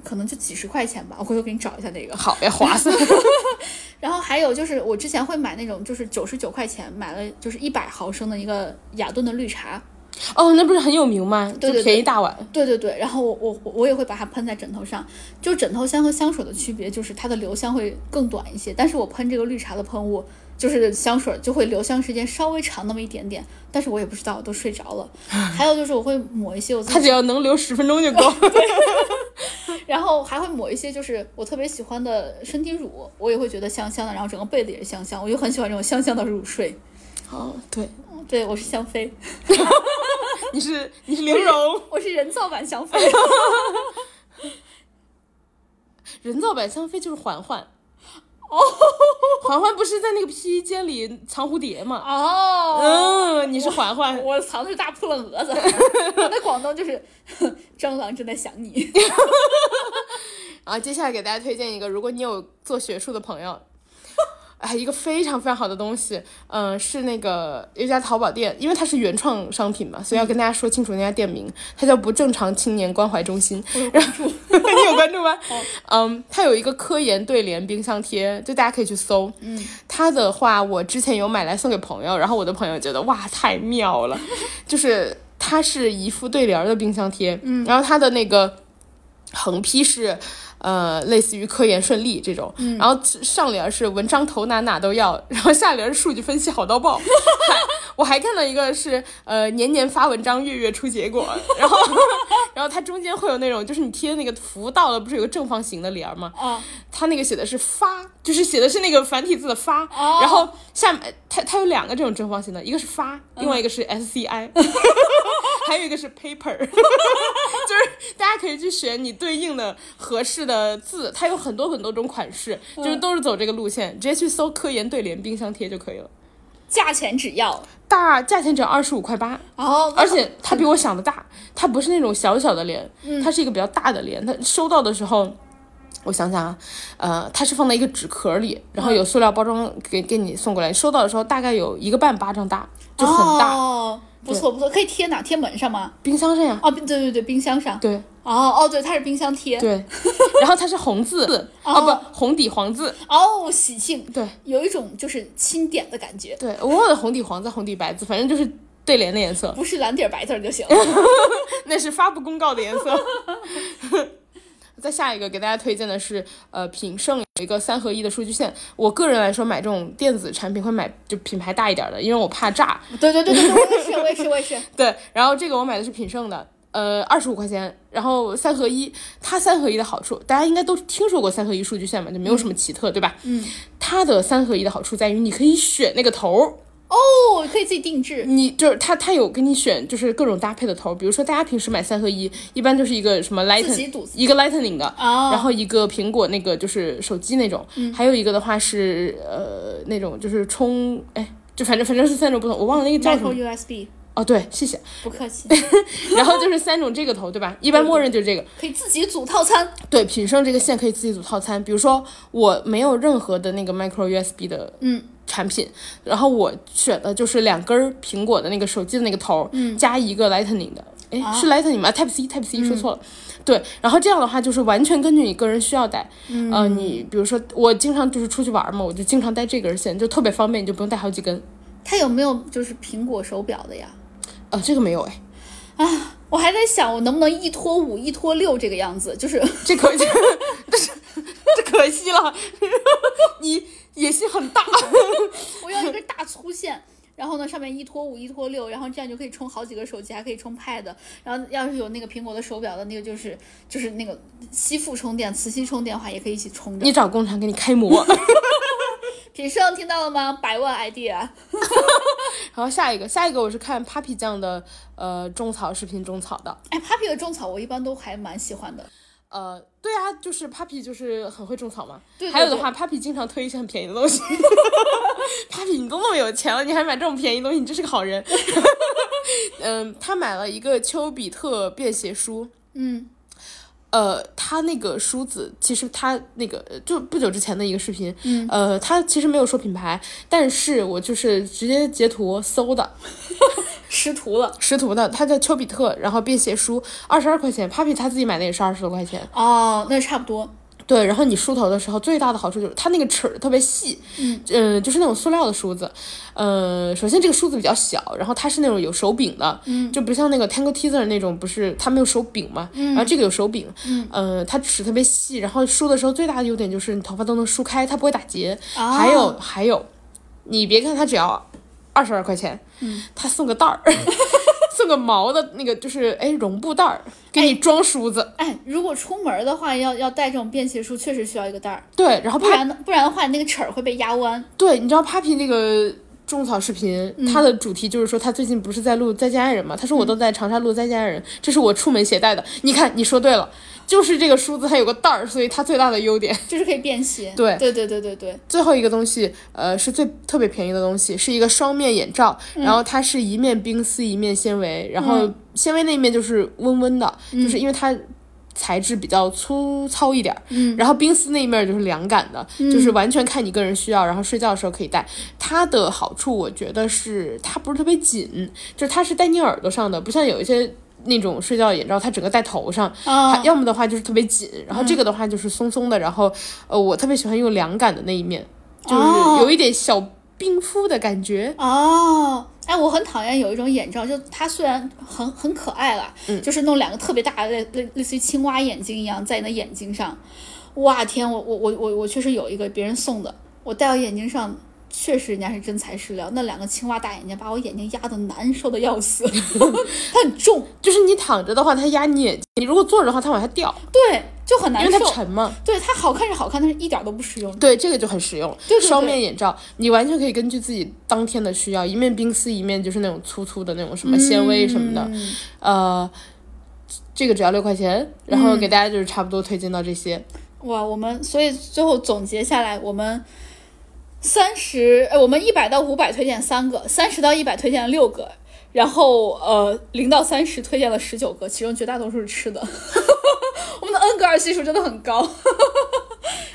可能就几十块钱吧，我回头给你找一下那个。好呀，划算。然后还有就是，我之前会买那种，就是九十九块钱买了就是一百毫升的一个雅顿的绿茶， 哦，那不是很有名吗？对对就便宜大碗。对对对，然后我我我我也会把它喷在枕头上，就枕头香和香水的区别就是它的留香会更短一些，但是我喷这个绿茶的喷雾，就是香水就会留香时间稍微长那么一点点，但是我也不知道，我 都睡着了。还有就是我会抹一些我自它 己，只要能留十分钟就够。然后还会抹一些就是我特别喜欢的身体乳，我也会觉得香香的，然后整个被子也是香香，我就很喜欢这种香香的入睡。哦，对，对，我是香妃，你是你是玲 珑，我是人造版香 妃。人造版香妃就是嬛嬛。哦，嬛嬛不是在那个披衣间里藏蝴蝶吗？哦，嗯，你是嬛嬛，我藏的是大扑棱蛾子， 我的广东就是蟑螂正在想 你。啊，接下来给大家推荐一个，如果你有做学术的朋友， 哎，一个非常非常好的东西，嗯、是那个有一家淘宝店，因为它是原创商品嘛，所以要跟大家说清楚那家店名，它叫不正常青年关怀中心。然后 你有关注吗？嗯，它有一个科研对联冰箱贴，就大家可以去搜。嗯，它的话，我之前有买来送给朋友，然后我的朋友觉得哇，太妙 了，就是它是一副对联儿的冰箱贴，嗯，然后它的那个横批是。呃，类似于科研顺利这种，然后上联是文章头哪哪都要，然后下联是数据分析好到爆。还我还看到一个是呃年年发文章，月月出结果，然后 然后它中间会有那种就是你贴那个福到了不是有个正方形的联儿吗？啊，它那个写的是发，就是写的是那个繁体字的发，哦然后下面它它有两个这种正方形的，一个是发，另外一个是 SCI，、还有一个是 paper，就是大家可以去选你对应的合适的字，它有很多很多种款式，就是都是走这个路线，直接去搜科研对联冰箱贴就可以了。价钱只要大价钱只要二十五块八，哦，而且它比我想的大，它不是那种小小的脸，它是一个比较大的脸。它收到的时候，我想想啊，呃，它是放在一个纸壳里，然后有塑料包装给给你送过来。收到的时候大概有一个半巴掌大，就很大，哦，不错不错，可以贴哪？贴门上吗？冰箱上呀，哦，对对对，冰箱上。对哦哦，对，它是冰箱贴。对，然后它是红字，哦、不，红底黄字，哦，喜庆，对有一种就是钦点的感觉，对，我忘了红底黄字、红底白字，反正就是对联的颜色，不是蓝底儿白字儿就 行了。那是发布公告的颜色。 再下一个给大家推荐的是，呃，品胜有一个三合一的数据线。我个人来说，买这种电子产品会买就品牌大一点的，因为我怕炸。对对对对对，我也是，我也是，我也是。对，然后这个我买的是品胜的，呃，二十五块钱，然后三合一。它三合一的好处，大家应该都听说过三合一数据线嘛，就没有什么奇特，对吧？嗯。它的三合一的好处在于，你可以选那个头儿，哦，可以自己定制。你就是它，它有给你选，就是各种搭配的头儿。比如说，大家平时买三合一，一般就是一个什么自己堵 Lightning，死一个 Lightning 的，哦然后一个苹果那个就是手机那种，嗯还有一个的话是呃那种就是充，哎，就反正反正是三种不同，我忘了那个叫什 Micro 么。 USB，哦，对，谢谢。不客气，然后就是三种这个头，对吧？一般默认就是这个。可以自己组套餐。对，品胜这个线可以自己组套餐。比如说，我没有任何的那个 micro USB 的嗯产品，然后我选的就是两根儿苹果的那个手机的那个头，嗯，加一个 Lightning 的，哎、是 Lightning 吗？Type C Type C 说错了。对，然后这样的话就是完全根据你个人需要带，嗯、呃，你比如说我经常就是出去玩嘛，我就经常带这根线，就特别方便，你就不用带好几根。它有没有就是苹果手表的呀？呃，这个没有哎，我还在想，我能不能一拖五、一拖六这个样 子，就是这可这这可惜了， 你野心很大。 我要一根大粗线，然后呢上面一拖五、一拖六，然后这样就可以充好几个手机，还可以充 Pad。然后要是有那个苹果的手表的那个，就是就是那个吸附充电、磁吸充电的话，也可以一起充着你。找工厂给你开模。品胜听到了吗？百万 idea，然后下一个，下一个我是看 Papi 酱的呃种草视频种草的，哎，Papi 的种草我一般都还蛮喜欢的。呃，对啊，就是 Papi 就是很会种草嘛。对对还有的对话，Papi 经常推一些很便宜的东西。Papi，你都那么有钱了，你还买这种便宜东西，你真是个好人。 嗯，他买了一个丘比特便携书。嗯，呃，他那个梳子，其实他那个呃就不久之前的一个视频，嗯，呃，他其实没有说品牌，但是我就是直接截图搜的，识图了。识图的，它叫丘比特，然后便携梳，二十二块钱，Papi 他自己买的也是二十多块钱。哦，那差不多。对，然后你梳头的时候，最大的好处就是它那个齿儿特别细，嗯、呃，就是那种塑料的梳子，呃，首先这个梳子比较小，然后它是那种有手柄的，嗯，就不像那个 Tango Teaser 那种，不是它没有手柄嘛，嗯、然后这个有手柄，嗯，呃，它齿特别细，然后梳的时候最大的优点就是你头发都能梳开，它不会打结，哦还有还有，你别看它只要二嗯 十二块钱，嗯，它送个袋儿，送个毛的那个就是哎绒布袋儿，给你装梳子。哎，如果出门的话，要要带这种便携梳，确实需要一个袋儿，对，然后不帕然的不然的话，那个齿儿会被压弯。对，你知道 Papi 那个种草视频，他的主题就是说他最近不是在录《再见爱人》嘛，他说我都在长沙录《再见爱人》，这是我出门携带的。你看，你说对了，就是这个梳子它有个袋儿，所以它最大的优点。就是可以便携。对对对对对对，最后一个东西，呃，是最特别便宜的东西，是一个双面眼罩，然后它是一面冰丝，一面纤维，然后纤维那一面就是温温的，就是因为它。材质比较粗糙一点，嗯，然后冰丝那一面就是凉感的，就是完全看你个人需要，然后睡觉的时候可以戴。它的好处我觉得是它不是特别紧，就是它是戴你耳朵上的，不像有一些那种睡觉眼罩，它整个戴头上，它啊，要么的话就是特别紧，然后这个的话就是松松的，然后呃，我特别喜欢用凉感的那一面，就是哦有一点小冰敷的感觉。哦，哎，我很讨厌有一种眼罩，就它虽然很很可爱啦，嗯就是弄两个特别大的类类类似于青蛙眼睛一样在你的眼睛上，哇天，我我我我我确实有一个别人送的，我戴到眼睛上。确实，人家是真材实料。那两个青蛙大眼睛把我眼睛压得难受的 要死，它很重，就是你躺着的话，它压你眼睛；你如果坐着的话，它往下掉，对，就很因难为它受。沉嘛。对，它好看是好看，但是一点儿都不实用。对，这个就很实用。对对对双面眼罩，你完全可以根据自己当天的需要，一面冰丝，一面就是那种粗粗的那种什么纤维什么的。嗯嗯呃，这个只要六块钱，然后给大家就是差不多推荐到这些。哇，我们所以最后总结下来，我们三十，呃，我们一百到五百推荐三个，三十到一百推荐了六个，然后呃，零到三十推荐了十九个，其中绝大多数是吃的。 我们的 N 个二系数真的很高。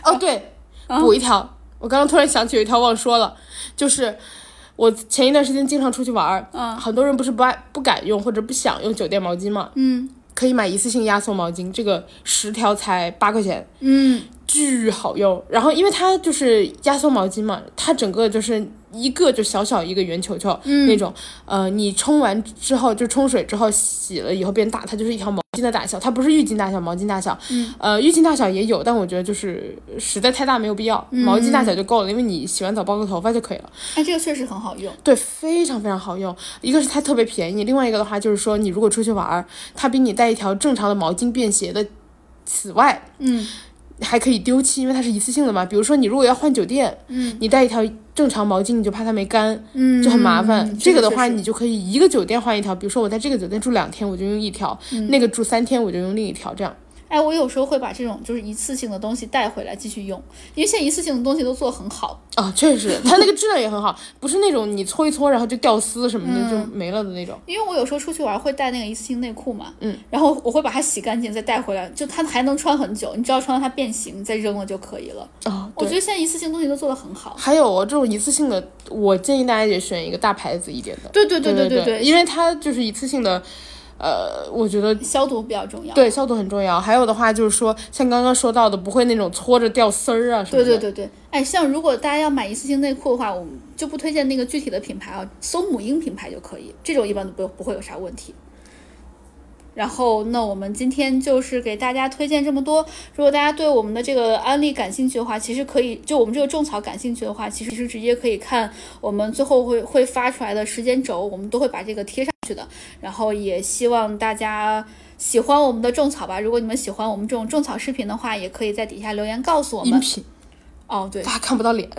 哦，对，补一条，我刚刚突然想起有一条忘说了，就是。我前一段时间经常出去玩儿，嗯很多人不是不爱不敢用或者不想用酒店毛巾嘛，嗯可以买一次性压缩毛巾，这个十条才八块钱，嗯巨好用。然后因为它就是压缩毛巾嘛，它整个就是一个就小小一个圆球球、那种，呃，你冲完之后就冲水之后洗了以后变大，它就是一条毛巾的大小，它不是浴巾大小，毛巾大小，嗯呃，浴巾大小也有，但我觉得就是实在太大没有必要，毛巾大小就够了，因为你洗完澡包个头发就可以了。哎，这个确实很好用。对，非常非常好用。一个是它特别便宜，另外一个的话就是说，你如果出去玩儿，它比你带一条正常的毛巾便携的，此外嗯还可以丢弃，因为它是一次性的嘛。比如说你如果要换酒店，嗯你带一条正常毛巾，你就怕它没干，嗯就很麻烦。这个的话，确实你就可以一个酒店换一条。比如说我在这个酒店住两天，我就用一条；嗯那个住三天，我就用另一条。这样，哎，我有时候会把这种就是一次性的东西带回来继续用，因为现在一次性的东西都做得很好。啊，确实，它那个质量也很好，不是那种你搓一搓然后就掉丝什么嗯的、就没了的那种。因为我有时候出去玩会带那个一次性内裤嘛，嗯，然后我会把它洗干净再带回来，就它还能穿很久，你只要穿到它变形再扔了就可以了。啊，我对。觉得现在一次性东西都做得很好。还有哦这种一次性的，我建议大家也选一个大牌子一点的。对对对对对对，因为它就是一次性的，呃，我觉得消毒比较重要。对消毒很重要。还有的话就是说，像刚刚说到的，不会那种搓着掉丝儿啊什么对的。对对对，哎，像如果大家要买一次性内裤的话，我们就不推荐那个具体的品牌啊，搜母婴品牌就可以，这种一般都不不会有啥问题。然后，那我们今天就是给大家推荐这么多。如果大家对我们的这个案例感兴趣的话，其实可以就我们这个种草感兴趣的话，其实其实直接可以看我们最后会会发出来的时间轴，我们都会把这个贴上去的。然后也希望大家喜欢我们的种草吧。如果你们喜欢我们这种种草视频的话，也可以在底下留言告诉我们音。频哦，对，大家看不到脸，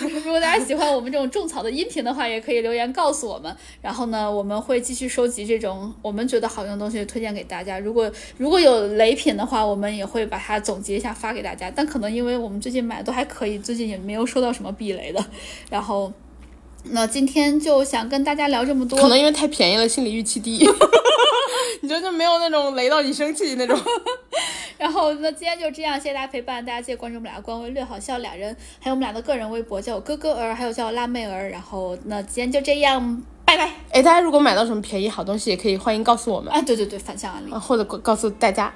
如果大家喜欢我们这种种草的音频的话，也可以留言告诉我们。然后呢，我们会继续收集这种我们觉得好用的东西推荐给大家。如果如果有雷品的话，我们也会把它总结一下发给大家。但可能因为我们最近买的都还可以，最近也没有收到什么避雷的。然后，那今天就想跟大家聊这么多。可能因为太便宜了，心理预 期低。你觉得没有那种雷到你生气那 种？然后那今天就这样，谢谢大家陪伴，大家记得关注我们俩的官微“略好笑”俩人，还有我们俩的个人微博，叫我哥哥儿，还有叫我辣妹儿。然后那今天就这样，拜拜。啊哎，大家如果买到什么便宜好东西，也可以欢迎告诉我们哎，对对对，反向案例。啊，或者告告诉大家。